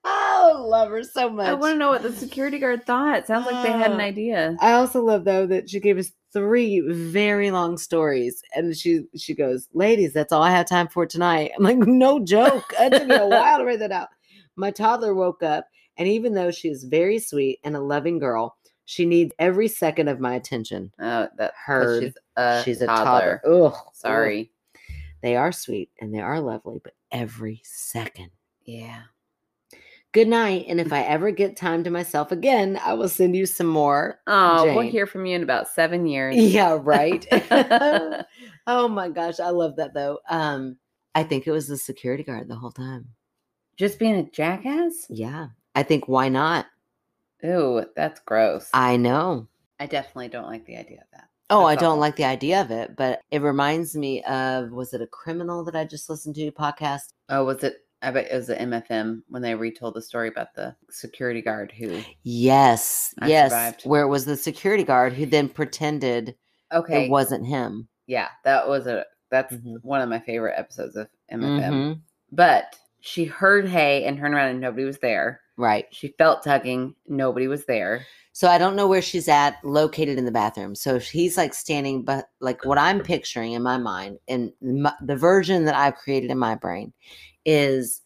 [SPEAKER 1] Oh, love her so much.
[SPEAKER 2] I want to know what the security guard thought. Sounds like they had an
[SPEAKER 1] Ah.
[SPEAKER 2] idea.
[SPEAKER 1] I also love though that she gave us three very long stories, and she she goes, "Ladies, that's all I have time for tonight." I'm like, "No joke." It took me a while to write that out. My toddler woke up, and even though she is very sweet and a loving girl, she needs every second of my attention.
[SPEAKER 2] Oh, that 'cause
[SPEAKER 1] Heard.
[SPEAKER 2] She's a,
[SPEAKER 1] She's
[SPEAKER 2] toddler.
[SPEAKER 1] a toddler. Ugh, ugh.
[SPEAKER 2] Sorry.
[SPEAKER 1] They are sweet and they are lovely, but every second.
[SPEAKER 2] Yeah.
[SPEAKER 1] Good night, and if I ever get time to myself again, I will send you some more.
[SPEAKER 2] Oh, we'll
[SPEAKER 1] Jane.
[SPEAKER 2] hear from you in about seven years.
[SPEAKER 1] Yeah, right. Oh my gosh, I love that though. Um, I think it was the security guard the whole time.
[SPEAKER 2] Just being a jackass?
[SPEAKER 1] Yeah, I think why not?
[SPEAKER 2] Ooh, that's gross. I,
[SPEAKER 1] I know.
[SPEAKER 2] definitely don't like the idea of that.
[SPEAKER 1] Oh, I
[SPEAKER 2] That's
[SPEAKER 1] don't
[SPEAKER 2] awful.
[SPEAKER 1] like the idea of it, but it reminds me of was it a criminal that I just listened to podcast?
[SPEAKER 2] Oh, was it? I bet it was the MFM when they retold the story about the security guard who.
[SPEAKER 1] Yes,
[SPEAKER 2] I
[SPEAKER 1] yes,
[SPEAKER 2] survived.
[SPEAKER 1] where it was the security guard who then pretended
[SPEAKER 2] Okay.
[SPEAKER 1] it wasn't him.
[SPEAKER 2] yeah, that was a. That's
[SPEAKER 1] Mhm.
[SPEAKER 2] one of my favorite episodes of MFM.
[SPEAKER 1] Mhm.
[SPEAKER 2] But she heard hay and turned around and nobody was there.
[SPEAKER 1] Right.
[SPEAKER 2] She felt tugging. Nobody was there.
[SPEAKER 1] So I don't know where she's at located in the bathroom. So if he's like standing, but like what I'm picturing in my mind and my, the version that I've created in my brain is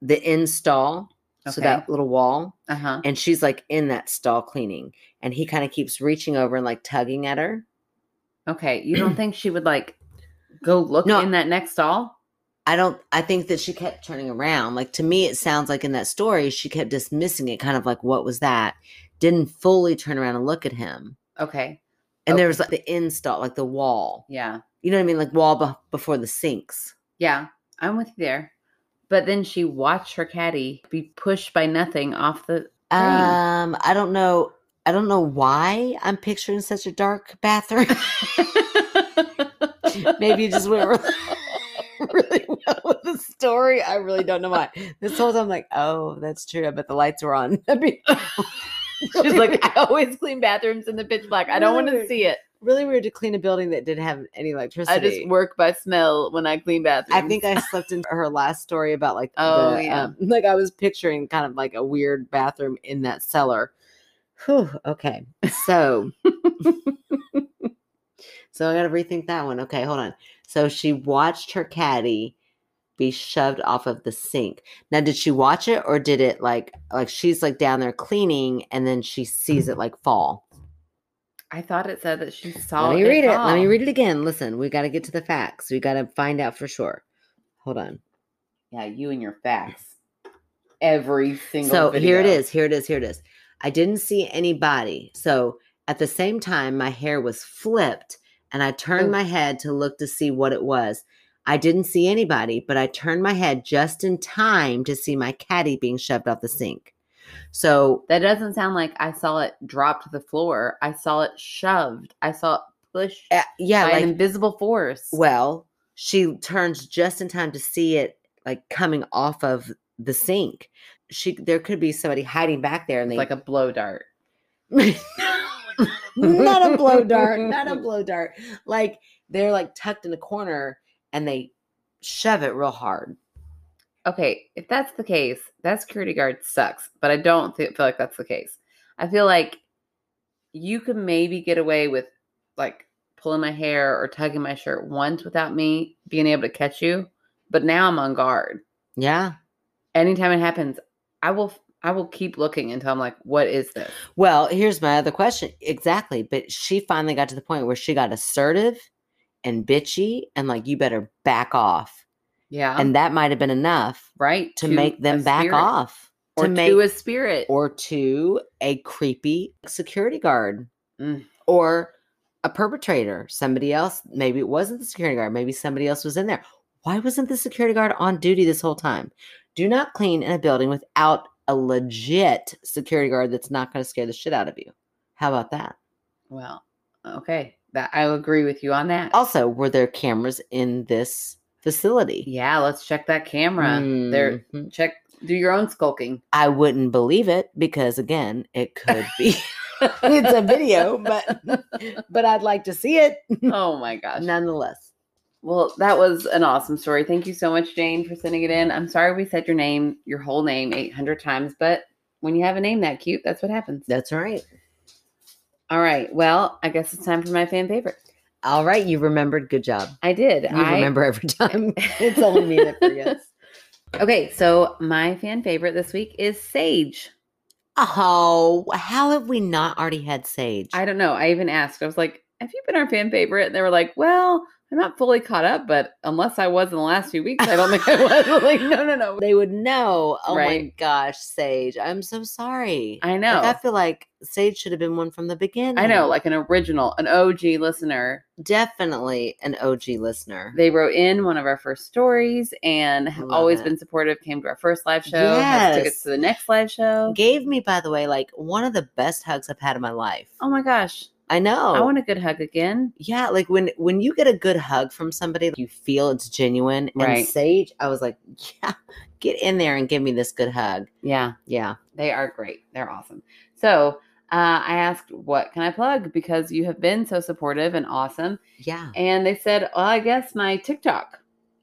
[SPEAKER 1] the in stall. So that
[SPEAKER 2] Okay.
[SPEAKER 1] little wall,
[SPEAKER 2] Uh huh.
[SPEAKER 1] and she's like in that stall cleaning, and he kind of keeps reaching over and like tugging at her.
[SPEAKER 2] Okay. You don't think she would like go look
[SPEAKER 1] No.
[SPEAKER 2] in that next stall?
[SPEAKER 1] I don't, I think that she kept turning around. Like to me, it sounds like in that story, she kept dismissing it, kind of like, what was that? Didn't fully turn around and look at him.
[SPEAKER 2] Okay.
[SPEAKER 1] And
[SPEAKER 2] Okay.
[SPEAKER 1] there was like the in stall, like the wall.
[SPEAKER 2] Yeah.
[SPEAKER 1] you know what I mean, like wall bef- before the sinks.
[SPEAKER 2] Yeah. I'm with you there. But then she watched her caddy be pushed by nothing off the.
[SPEAKER 1] Um, I don't know. I don't know why I'm picturing such a dark bathroom. Maybe it just went really, really well with the story. I really don't know why. This whole time, I'm like, oh, that's true. I bet the lights were on. I mean,
[SPEAKER 2] She's like, I always clean bathrooms in the pitch black. I don't want to
[SPEAKER 1] Weird.
[SPEAKER 2] see it.
[SPEAKER 1] really weird to clean a building that didn't have any
[SPEAKER 2] I
[SPEAKER 1] electricity.
[SPEAKER 2] just work by smell when I clean bathrooms.
[SPEAKER 1] I think I slept in her last story about like
[SPEAKER 2] Oh,
[SPEAKER 1] the,
[SPEAKER 2] yeah.
[SPEAKER 1] um, like I was picturing kind of like a weird bathroom in that cellar. Whew, okay, so so I got to rethink that one. Okay, hold on. So she watched her caddy be shoved off of the sink. Now, did she watch it or did it like like she's like down there cleaning and then she sees it like fall?
[SPEAKER 2] I thought it said that she saw.
[SPEAKER 1] Let me read it. Let me
[SPEAKER 2] all.
[SPEAKER 1] read it again. Listen, we got to get to the facts. We got to find out for sure. Hold on.
[SPEAKER 2] Yeah, you and your facts. Every single.
[SPEAKER 1] So here it
[SPEAKER 2] video.
[SPEAKER 1] is. Here it is. Here it is. I didn't see anybody. So at the same time, my hair was flipped and I turned
[SPEAKER 2] Ooh.
[SPEAKER 1] my head to look to see what it was. I didn't see anybody, but I turned my head just in time to see my caddy being shoved off the sink. So
[SPEAKER 2] That doesn't sound like I saw it drop to the floor. I saw it shoved. I saw it pushed
[SPEAKER 1] uh, yeah,
[SPEAKER 2] by
[SPEAKER 1] like
[SPEAKER 2] an invisible force.
[SPEAKER 1] well, she turns just in time to see it like coming off of the sink. She there could be somebody hiding back there and
[SPEAKER 2] It's
[SPEAKER 1] they
[SPEAKER 2] like a blow dart.
[SPEAKER 1] not a blow dart, not a blow dart. Like they're like tucked in a corner and they shove it real hard.
[SPEAKER 2] Okay, if that's the case, that security guard sucks. But I don't thi- feel like that's the case. I feel like you could maybe get away with like pulling my hair or tugging my shirt once without me being able to catch you. But now I'm on guard.
[SPEAKER 1] Yeah.
[SPEAKER 2] Anytime it happens, I will. I will keep looking until I'm like, what is this?
[SPEAKER 1] Well, here's my other question. Exactly. But she finally got to the point where she got assertive and bitchy and like, you better back off.
[SPEAKER 2] Yeah,
[SPEAKER 1] And that might have been enough
[SPEAKER 2] right
[SPEAKER 1] to,
[SPEAKER 2] to
[SPEAKER 1] make them
[SPEAKER 2] a
[SPEAKER 1] back
[SPEAKER 2] spirit.
[SPEAKER 1] off.
[SPEAKER 2] or
[SPEAKER 1] to make
[SPEAKER 2] to a spirit.
[SPEAKER 1] or to a creepy security guard
[SPEAKER 2] Mm.
[SPEAKER 1] or a perpetrator, somebody else. Maybe it wasn't the security guard, maybe somebody else was in there. Why wasn't the security guard on duty this whole time? Do not clean in a building without a legit security guard that's not going to scare the shit out of you. How about that?
[SPEAKER 2] well, okay, that I agree with you on that.
[SPEAKER 1] Also, were there cameras in this facility?
[SPEAKER 2] yeah, let's check that camera. There,
[SPEAKER 1] Mhm.
[SPEAKER 2] check. Do your own skulking.
[SPEAKER 1] I wouldn't believe it because again, it could be
[SPEAKER 2] Oh
[SPEAKER 1] it's a video, but but I'd like to see it
[SPEAKER 2] oh my gosh.
[SPEAKER 1] nonetheless.
[SPEAKER 2] Well, that was an awesome story. Thank you so much, Jane, for sending it in. I'm sorry we said your name, your whole name, 800 times, but when you have a name that cute, that's what happens.
[SPEAKER 1] That's right.
[SPEAKER 2] All right. Well, I guess it's time for my fan favorite.
[SPEAKER 1] All right, you remembered. Good job.
[SPEAKER 2] I did.
[SPEAKER 1] You
[SPEAKER 2] I
[SPEAKER 1] remember every time. It's only me that forgets.
[SPEAKER 2] Okay, so my fan favorite this week is Sage.
[SPEAKER 1] Oh, how have we not already had Sage?
[SPEAKER 2] I don't know. I even asked. I was like, "Have you been our fan favorite?" And they were like, "Well, I'm not fully caught up, but unless I was in the last few weeks, I don't think I was." I'm like, no, no, no.
[SPEAKER 1] they would know. Oh my
[SPEAKER 2] Right.
[SPEAKER 1] gosh, Sage. I'm so sorry.
[SPEAKER 2] I know.
[SPEAKER 1] Like, I feel like Sage should have been one from the beginning.
[SPEAKER 2] I know, like an original, an OG listener.
[SPEAKER 1] definitely an OG listener.
[SPEAKER 2] They wrote in one of our first stories and have
[SPEAKER 1] Love
[SPEAKER 2] always
[SPEAKER 1] it.
[SPEAKER 2] been supportive. Came to our first live show, has tickets
[SPEAKER 1] Yes.
[SPEAKER 2] to the next live show.
[SPEAKER 1] gave me, by the way, like one of the best hugs I've had in my life.
[SPEAKER 2] Oh my gosh,
[SPEAKER 1] I know.
[SPEAKER 2] I want a good hug again.
[SPEAKER 1] yeah, like when when you get a good hug from somebody, you feel it's genuine.
[SPEAKER 2] Right.
[SPEAKER 1] And Sage, I was like, yeah, get in there and give me this good hug.
[SPEAKER 2] Yeah,
[SPEAKER 1] Yeah.
[SPEAKER 2] they are great. They're awesome. So. Uh, I asked, what can I plug? Because you have been so supportive and awesome.
[SPEAKER 1] Yeah.
[SPEAKER 2] and they said, "Well, I guess my TikTok."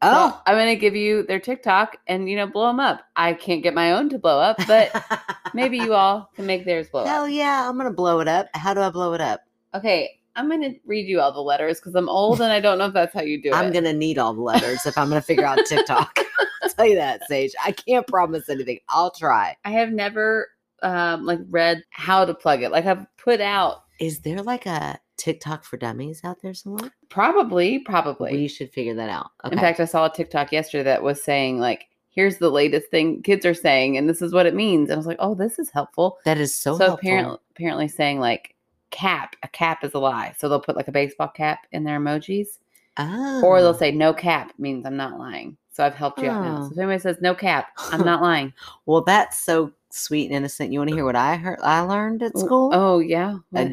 [SPEAKER 2] So
[SPEAKER 1] Oh.
[SPEAKER 2] I'm gonna give you their TikTok and you know blow them up. I can't get my own to blow up, but maybe you all can make theirs blow
[SPEAKER 1] Hell
[SPEAKER 2] up.
[SPEAKER 1] yeah, I'm gonna blow it up. How do I blow it up?
[SPEAKER 2] Okay, I'm gonna read you all the letters because I'm old and I don't know if that's how you do
[SPEAKER 1] I'm
[SPEAKER 2] it.
[SPEAKER 1] gonna need all the letters if I'm gonna figure out TikTok. I'll tell you that, Sage. I can't promise anything. I'll try.
[SPEAKER 2] I have never um, like read how to plug it. Like I've put out
[SPEAKER 1] Is there like a TikTok for dummies out there somewhere?
[SPEAKER 2] probably, probably.
[SPEAKER 1] We should figure that out. Okay.
[SPEAKER 2] In fact, I saw a TikTok yesterday that was saying like, "Here's the latest thing kids are saying, and this is what it means." And I was like, "Oh, this is helpful."
[SPEAKER 1] that is so,
[SPEAKER 2] so
[SPEAKER 1] helpful.
[SPEAKER 2] apparently apparently saying like cap a cap is a lie so they'll put like a baseball cap in their emojis or
[SPEAKER 1] Ah.
[SPEAKER 2] they'll say no cap means i'm not lying So I've helped you out now.
[SPEAKER 1] Oh.
[SPEAKER 2] So if anybody says no cap, I'm not lying.
[SPEAKER 1] Well, that's so sweet and innocent. You want to hear what I heard? I learned at school.
[SPEAKER 2] Oh yeah. What?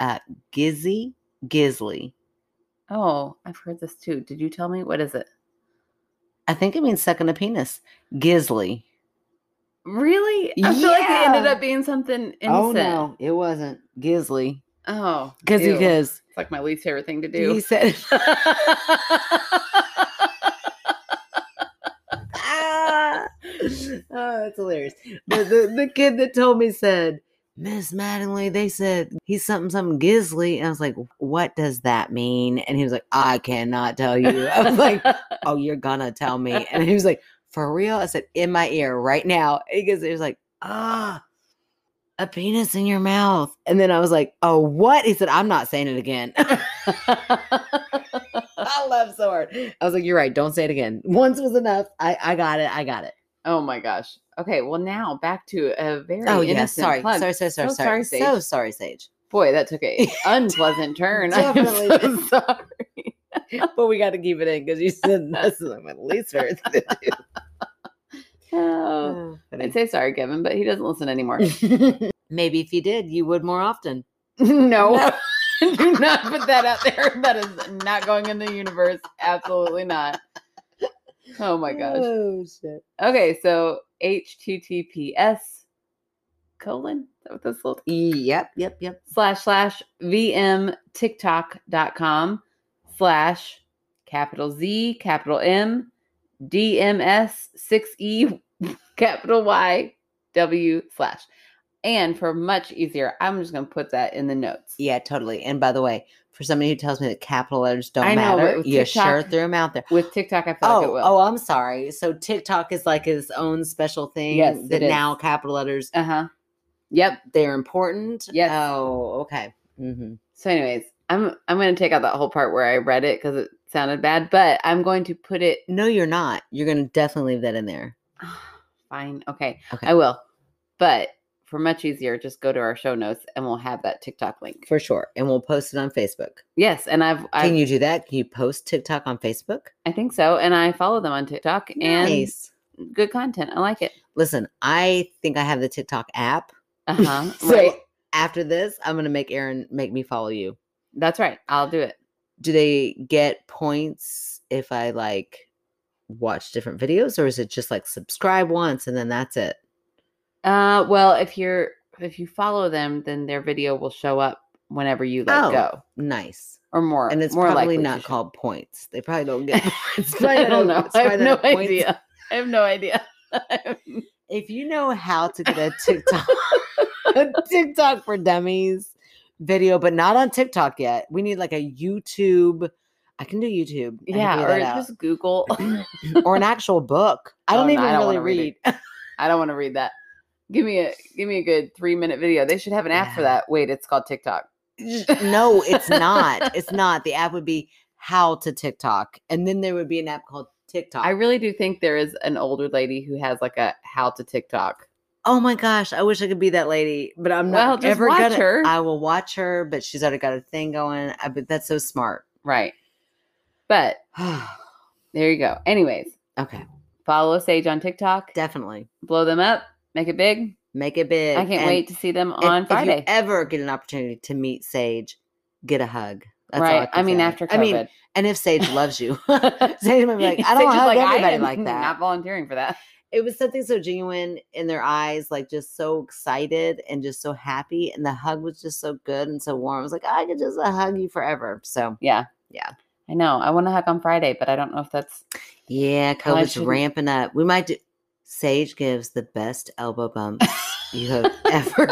[SPEAKER 1] And- Gizzy, Gizly.
[SPEAKER 2] oh, I've heard this too. Did you tell me what is it?
[SPEAKER 1] I think it means sucking a penis. Gizly.
[SPEAKER 2] Really? I feel like it ended
[SPEAKER 1] Yeah.
[SPEAKER 2] up being something innocent.
[SPEAKER 1] Oh no, it wasn't Gizly.
[SPEAKER 2] Oh,
[SPEAKER 1] Because
[SPEAKER 2] ew.
[SPEAKER 1] because
[SPEAKER 2] it's like my least favorite thing to
[SPEAKER 1] he
[SPEAKER 2] do.
[SPEAKER 1] said. oh, that's hilarious. The, the, the kid that told me said, Miss Mattingly, they said he's something, something gizly. And I was like, what does that mean? And he was like, I cannot tell you. I was like, oh, you're gonna tell me. And he was like, for real? I said, in my ear right now. Because it was like, ah, a penis in your mouth. And then I was like, oh, what? He said, I'm not saying it again. I love so hard. I was like, you're right. Don't say it again. Once was enough. I, I got it. I got it.
[SPEAKER 2] oh my gosh. Okay, well now back to a very
[SPEAKER 1] Oh yeah,
[SPEAKER 2] innocent
[SPEAKER 1] sorry,
[SPEAKER 2] plug.
[SPEAKER 1] sorry, sorry, sorry,
[SPEAKER 2] So
[SPEAKER 1] sorry,
[SPEAKER 2] sorry,
[SPEAKER 1] so
[SPEAKER 2] Sage.
[SPEAKER 1] sorry, Sage.
[SPEAKER 2] Boy, that took a unpleasant turn. I am
[SPEAKER 1] Definitely
[SPEAKER 2] so
[SPEAKER 1] did.
[SPEAKER 2] sorry.
[SPEAKER 1] But we got to keep it in because you said that's what my least favorite thing to do.
[SPEAKER 2] Oh,
[SPEAKER 1] Oh,
[SPEAKER 2] I'd say sorry, Kevin, but he doesn't listen anymore.
[SPEAKER 1] funny. Maybe if you did, you would more often.
[SPEAKER 2] no. Do not put that out there. That is not going in the universe. Absolutely not. Oh my gosh.
[SPEAKER 1] Oh shit.
[SPEAKER 2] Okay, so https colon is that what this little
[SPEAKER 1] Yep, yep, yep.
[SPEAKER 2] slash slash vmtiktok.com slash capital Z capital M DMS 6E E, capital Y W slash. And for much easier, I'm just going to put that in the notes.
[SPEAKER 1] Yeah, totally. And by the way, for somebody who tells me that capital letters don't
[SPEAKER 2] I know, but
[SPEAKER 1] matter,
[SPEAKER 2] with
[SPEAKER 1] you
[SPEAKER 2] TikTok-
[SPEAKER 1] sure threw them out there.
[SPEAKER 2] With TikTok, I feel like it
[SPEAKER 1] Oh,
[SPEAKER 2] will.
[SPEAKER 1] oh, I'm sorry. So TikTok is like his own special thing.
[SPEAKER 2] Yes, it
[SPEAKER 1] that
[SPEAKER 2] is.
[SPEAKER 1] now capital letters
[SPEAKER 2] Uh huh. Yep.
[SPEAKER 1] they're important.
[SPEAKER 2] Yes.
[SPEAKER 1] Oh, okay. Mm-hmm.
[SPEAKER 2] So, anyways, I'm I'm going to take out that whole part where I read it because it sounded bad, but I'm going to put it.
[SPEAKER 1] No, you're not. You're gonna definitely leave that in there.
[SPEAKER 2] Fine. Okay.
[SPEAKER 1] Okay.
[SPEAKER 2] I will. But for much easier, just go to our show notes and we'll have that TikTok link.
[SPEAKER 1] for sure and we'll post it on facebook
[SPEAKER 2] Yes, and I've
[SPEAKER 1] can
[SPEAKER 2] I
[SPEAKER 1] you do that can you post tiktok on facebook
[SPEAKER 2] I think so, and I follow them on TikTok and good content. I like it.
[SPEAKER 1] listen i think i have the tiktok app
[SPEAKER 2] Uh huh.
[SPEAKER 1] So-
[SPEAKER 2] right.
[SPEAKER 1] after this i'm gonna make aaron make me follow you
[SPEAKER 2] That's right. I'll do it.
[SPEAKER 1] do they get points if i like watch different videos or is it just like subscribe once and then that's it
[SPEAKER 2] Uh, well, if you're if you follow them, then their video will show up whenever you let
[SPEAKER 1] Oh.
[SPEAKER 2] go
[SPEAKER 1] nice
[SPEAKER 2] or more.
[SPEAKER 1] and it's
[SPEAKER 2] Uh, more
[SPEAKER 1] probably
[SPEAKER 2] likely to
[SPEAKER 1] not
[SPEAKER 2] show-
[SPEAKER 1] called points they probably don't get points
[SPEAKER 2] I don't know.
[SPEAKER 1] It's
[SPEAKER 2] I
[SPEAKER 1] probably
[SPEAKER 2] have no
[SPEAKER 1] not a points.
[SPEAKER 2] idea. I have no idea.
[SPEAKER 1] if you know how to get a TikTok, a TikTok for dummies video, but not on TikTok yet, we need like a YouTube. I can do YouTube. I can
[SPEAKER 2] yeah,
[SPEAKER 1] figure
[SPEAKER 2] or
[SPEAKER 1] that
[SPEAKER 2] just Google.
[SPEAKER 1] out. or an actual book. I
[SPEAKER 2] Oh,
[SPEAKER 1] don't
[SPEAKER 2] no,
[SPEAKER 1] even
[SPEAKER 2] I don't
[SPEAKER 1] really
[SPEAKER 2] wanna read
[SPEAKER 1] read.
[SPEAKER 2] I don't want to read that. Give me a give me a good three minute video. They should have an app for
[SPEAKER 1] Yeah.
[SPEAKER 2] that. Wait, it's called TikTok.
[SPEAKER 1] no, it's not. It's not. The app would be how to TikTok, and then there would be an app called TikTok.
[SPEAKER 2] I really do think there is an older lady who has like a how to TikTok.
[SPEAKER 1] oh my gosh, I wish I could be that lady, but I'm
[SPEAKER 2] Well,
[SPEAKER 1] not
[SPEAKER 2] just
[SPEAKER 1] ever
[SPEAKER 2] watch
[SPEAKER 1] gonna.
[SPEAKER 2] her.
[SPEAKER 1] I will watch her, but she's already got a thing going. I, but that's so smart.
[SPEAKER 2] Right. But there you go. Anyways,
[SPEAKER 1] okay,
[SPEAKER 2] follow Sage on TikTok,
[SPEAKER 1] definitely.
[SPEAKER 2] blow them up, make it big.
[SPEAKER 1] Make it big.
[SPEAKER 2] I can't
[SPEAKER 1] and
[SPEAKER 2] wait to see them
[SPEAKER 1] if-
[SPEAKER 2] on
[SPEAKER 1] if,
[SPEAKER 2] Friday.
[SPEAKER 1] you ever get an opportunity to meet Sage, get a hug. That's all I,
[SPEAKER 2] right. I,
[SPEAKER 1] can
[SPEAKER 2] mean,
[SPEAKER 1] say.
[SPEAKER 2] after COVID.
[SPEAKER 1] I mean, and if Sage loves you,
[SPEAKER 2] Sage
[SPEAKER 1] Sage might be like, I
[SPEAKER 2] is
[SPEAKER 1] don't hug
[SPEAKER 2] "I
[SPEAKER 1] everybody
[SPEAKER 2] am
[SPEAKER 1] like that.
[SPEAKER 2] Not volunteering for that.
[SPEAKER 1] it was something so genuine in their eyes, like just so excited and just so happy, and the hug was just so good and so warm. I was like, I could just uh, hug you forever. So
[SPEAKER 2] Yeah.
[SPEAKER 1] Yeah.
[SPEAKER 2] I know. I want to hug on Friday, but I don't know if that's.
[SPEAKER 1] yeah, COVID's
[SPEAKER 2] shouldn't-
[SPEAKER 1] ramping up. We might do. Sage gives the best elbow bumps you have ever.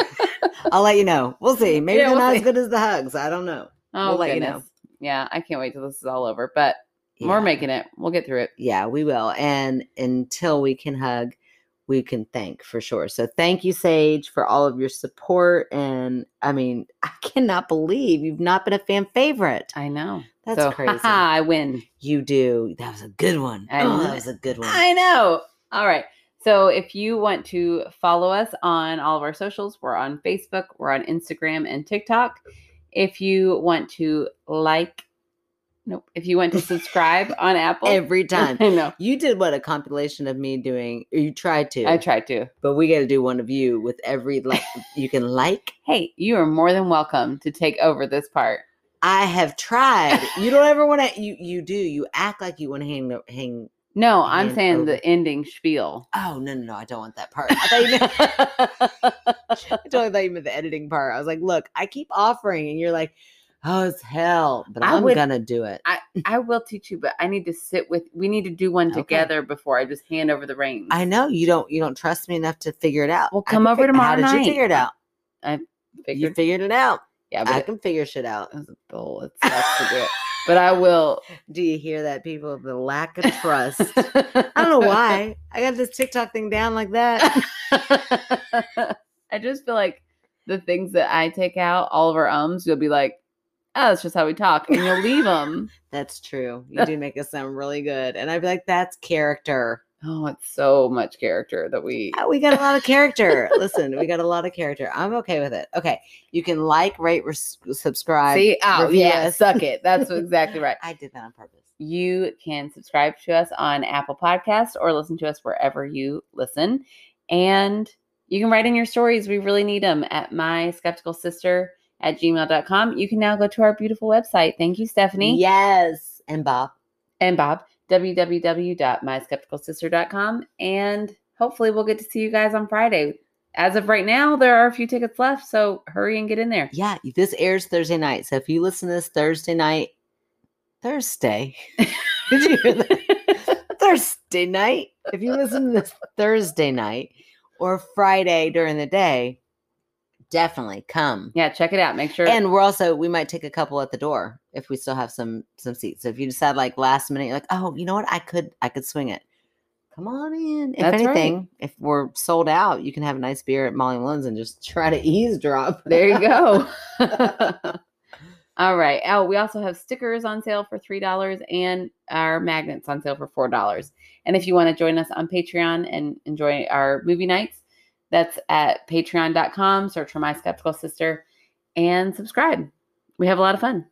[SPEAKER 1] I'll let you know. We'll see. Maybe
[SPEAKER 2] Yeah,
[SPEAKER 1] they're
[SPEAKER 2] we'll
[SPEAKER 1] not
[SPEAKER 2] see.
[SPEAKER 1] as good as the hugs. I don't know.
[SPEAKER 2] Oh,
[SPEAKER 1] We'll let you know.
[SPEAKER 2] goodness. Yeah, I can't wait till this is all over, but we're
[SPEAKER 1] Yeah.
[SPEAKER 2] making it. We'll get through it.
[SPEAKER 1] Yeah, we will. And until we can hug, we can thank for sure. So thank you, Sage, for all of your support. And I mean, I cannot believe you've not been a fan favorite.
[SPEAKER 2] I know.
[SPEAKER 1] That's
[SPEAKER 2] so,
[SPEAKER 1] crazy.
[SPEAKER 2] I win.
[SPEAKER 1] You do. That was a good one.
[SPEAKER 2] I
[SPEAKER 1] oh,
[SPEAKER 2] know
[SPEAKER 1] that
[SPEAKER 2] it.
[SPEAKER 1] was a good one.
[SPEAKER 2] I know. All right. So if you want to follow us on all of our socials, we're on Facebook, we're on Instagram and TikTok. If you want to like, Nope. If you went to subscribe on Apple
[SPEAKER 1] every time.
[SPEAKER 2] I know.
[SPEAKER 1] You did what a compilation of me doing. Or you tried to.
[SPEAKER 2] I tried to.
[SPEAKER 1] But we got to do one of you with every like you can like.
[SPEAKER 2] Hey, you are more than welcome to take over this part.
[SPEAKER 1] I have tried. You don't ever want to. You you do. You act like you want to hang the- hang.
[SPEAKER 2] No, I'm
[SPEAKER 1] Hand
[SPEAKER 2] saying
[SPEAKER 1] over.
[SPEAKER 2] the ending spiel.
[SPEAKER 1] Oh no no no! I don't want that part. I thought you meant, I totally thought you meant the editing part. I was like, look, I keep offering, and you're like, oh it's hell, but
[SPEAKER 2] I
[SPEAKER 1] I'm
[SPEAKER 2] would-
[SPEAKER 1] gonna do it. I,
[SPEAKER 2] I will teach you, but I need to sit with. We need to do one
[SPEAKER 1] Okay.
[SPEAKER 2] together before I just hand over the reins.
[SPEAKER 1] know you don't you don't trust me enough to figure it out.
[SPEAKER 2] Well,
[SPEAKER 1] I
[SPEAKER 2] come
[SPEAKER 1] can
[SPEAKER 2] over
[SPEAKER 1] fig- How
[SPEAKER 2] tomorrow
[SPEAKER 1] did you
[SPEAKER 2] night.
[SPEAKER 1] figure it out? You
[SPEAKER 2] figured.
[SPEAKER 1] figured it out.
[SPEAKER 2] Yeah, but
[SPEAKER 1] I
[SPEAKER 2] it,
[SPEAKER 1] can figure shit out.
[SPEAKER 2] it was a bull. It sucks to do it. But I will.
[SPEAKER 1] Do you hear that, people? The lack of trust. I don't know why. I got this TikTok thing down like that.
[SPEAKER 2] I just feel like the things that I take out, all of our ums, you'll be like, oh, that's just how we talk. And you'll leave them.
[SPEAKER 1] That's true. You do make us sound really good. And I'd be like, that's character.
[SPEAKER 2] oh, it's so much character that we.
[SPEAKER 1] Ah, We got a lot of character. Listen, we got a lot of character. I'm okay with it. Okay. You can like, rate, res- subscribe.
[SPEAKER 2] See, oh,
[SPEAKER 1] review
[SPEAKER 2] yeah,
[SPEAKER 1] us.
[SPEAKER 2] suck it. That's exactly right.
[SPEAKER 1] I did that on purpose.
[SPEAKER 2] You can subscribe to us on Apple Podcasts or listen to us wherever you listen. And you can write in your stories. We really need them at my skeptical sister at gmail.com. You can now go to our beautiful website. Thank you, Stephanie
[SPEAKER 1] Yes. And Bob.
[SPEAKER 2] and Bob, www.myskepticalsister.com. And hopefully, we'll get to see you guys on Friday. As of right now, there are a few tickets left. So hurry and get in there.
[SPEAKER 1] Yeah. This airs Thursday night. So if you listen to this Thursday night, Thursday. did you hear that? Thursday night. If you listen to this Thursday night or Friday during the day, definitely come.
[SPEAKER 2] yeah, check it out. Make sure.
[SPEAKER 1] And we're also we might take a couple at the door if we still have some some seats. So if you decide like last minute, you're like, oh, you know what, I could I could swing it. Come on in. If
[SPEAKER 2] That's right.
[SPEAKER 1] anything, if we're sold out, you can have a nice beer at Molly Malone's and just try to eavesdrop.
[SPEAKER 2] There you go. All right. Oh, we also have stickers on sale for $3 and our magnets on sale for $4. And if you want to join us on Patreon and enjoy our movie nights, that's at patreon.com. Search for My Skeptical Sister and subscribe. We have a lot of fun.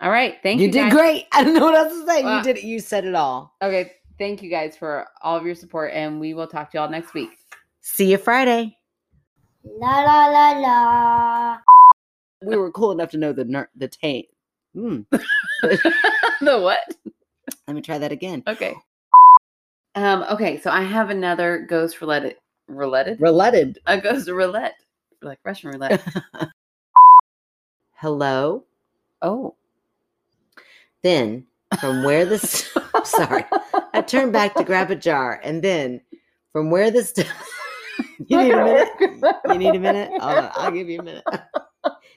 [SPEAKER 2] All right. Thank you.
[SPEAKER 1] you did
[SPEAKER 2] guys.
[SPEAKER 1] great. I don't know what else to say.
[SPEAKER 2] Wow.
[SPEAKER 1] you did it. You said it all.
[SPEAKER 2] Okay. Thank you guys for all of your support. And we will talk to y'all next week.
[SPEAKER 1] See you Friday.
[SPEAKER 3] La la la la.
[SPEAKER 1] We were cool enough to know the ner- the taint. Mm.
[SPEAKER 2] the what?
[SPEAKER 1] Let me try that again.
[SPEAKER 2] Okay. Um, okay, so I have another ghost roulette roulette.
[SPEAKER 1] Reletted.
[SPEAKER 2] A ghost roulette. Like Russian roulette.
[SPEAKER 1] Hello.
[SPEAKER 2] oh.
[SPEAKER 1] Then from where this sorry. I turned back to grab a jar and then from where this You need a minute? You need a minute? Hold on, I'll uh, give you a minute.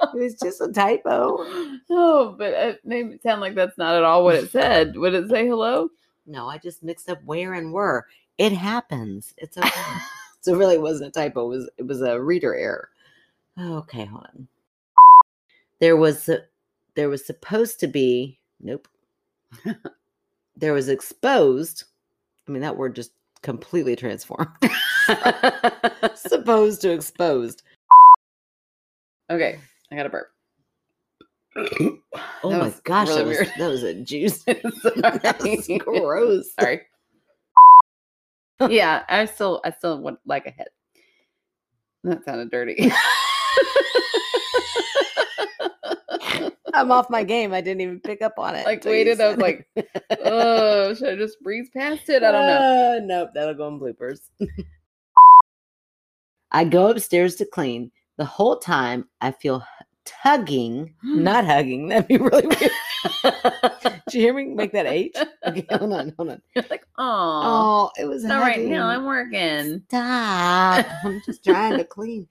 [SPEAKER 1] It was just a typo.
[SPEAKER 2] Oh, but it made it sound like that's not at all what it said. Would it say hello?
[SPEAKER 1] No, I just mixed up where and were. It happens. It's okay. so it really wasn't a typo. It was it was a reader error. Okay, hold on. There was a- there was supposed to be nope. there was exposed. I mean that word just completely transformed. supposed to exposed.
[SPEAKER 2] okay, I got a burp.
[SPEAKER 1] Oh
[SPEAKER 2] That
[SPEAKER 1] my
[SPEAKER 2] was
[SPEAKER 1] gosh,
[SPEAKER 2] really
[SPEAKER 1] that was
[SPEAKER 2] weird.
[SPEAKER 1] that was a juice. that was
[SPEAKER 2] Sorry.
[SPEAKER 1] gross.
[SPEAKER 2] Sorry. yeah, I still I still want like a hit. That sounded dirty.
[SPEAKER 1] I'm off my game. I didn't even pick up on it.
[SPEAKER 2] like
[SPEAKER 1] until you
[SPEAKER 2] waited, I was
[SPEAKER 1] said it.
[SPEAKER 2] like, oh, should I just breeze past it? I don't know.
[SPEAKER 1] Uh, nope, that'll go on bloopers. I go upstairs to clean. The whole time I feel h- tugging, not hugging. That'd be really weird. Did you hear me make that H? Okay, hold on, hold on.
[SPEAKER 2] You're like, oh,
[SPEAKER 1] Oh, it was
[SPEAKER 2] not right now. I'm
[SPEAKER 1] hugging.
[SPEAKER 2] working.
[SPEAKER 1] Stop. I'm just trying to clean.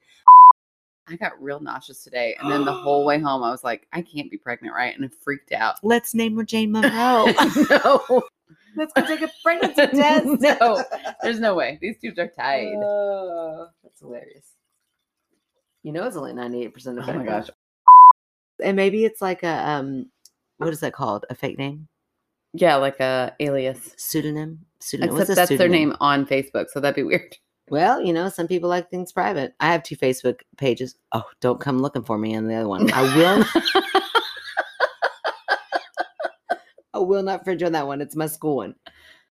[SPEAKER 2] I got real nauseous today, and then the whole way home, I was like, I can't be pregnant, right? And I freaked out.
[SPEAKER 1] Let's name her Jane Monroe.
[SPEAKER 2] no,
[SPEAKER 1] Let's go take a pregnancy test.
[SPEAKER 2] no, there's no way. These tubes are tied.
[SPEAKER 1] Oh, that's hilarious. You know, it's only ninety eight percent
[SPEAKER 2] Oh my
[SPEAKER 1] effective.
[SPEAKER 2] gosh.
[SPEAKER 1] And maybe it's like a um,
[SPEAKER 2] Uh
[SPEAKER 1] what is that called? A fake name,
[SPEAKER 2] Yeah, like a alias.
[SPEAKER 1] pseudonym, pseudonym.
[SPEAKER 2] Except
[SPEAKER 1] What's a
[SPEAKER 2] that's their
[SPEAKER 1] pseudonym?
[SPEAKER 2] name on Facebook, so that'd be weird.
[SPEAKER 1] Well, you know, some people like things private. I have two Facebook pages. Oh, don't come looking for me on the other one. I will. I will not fringe on that one. It's my school one.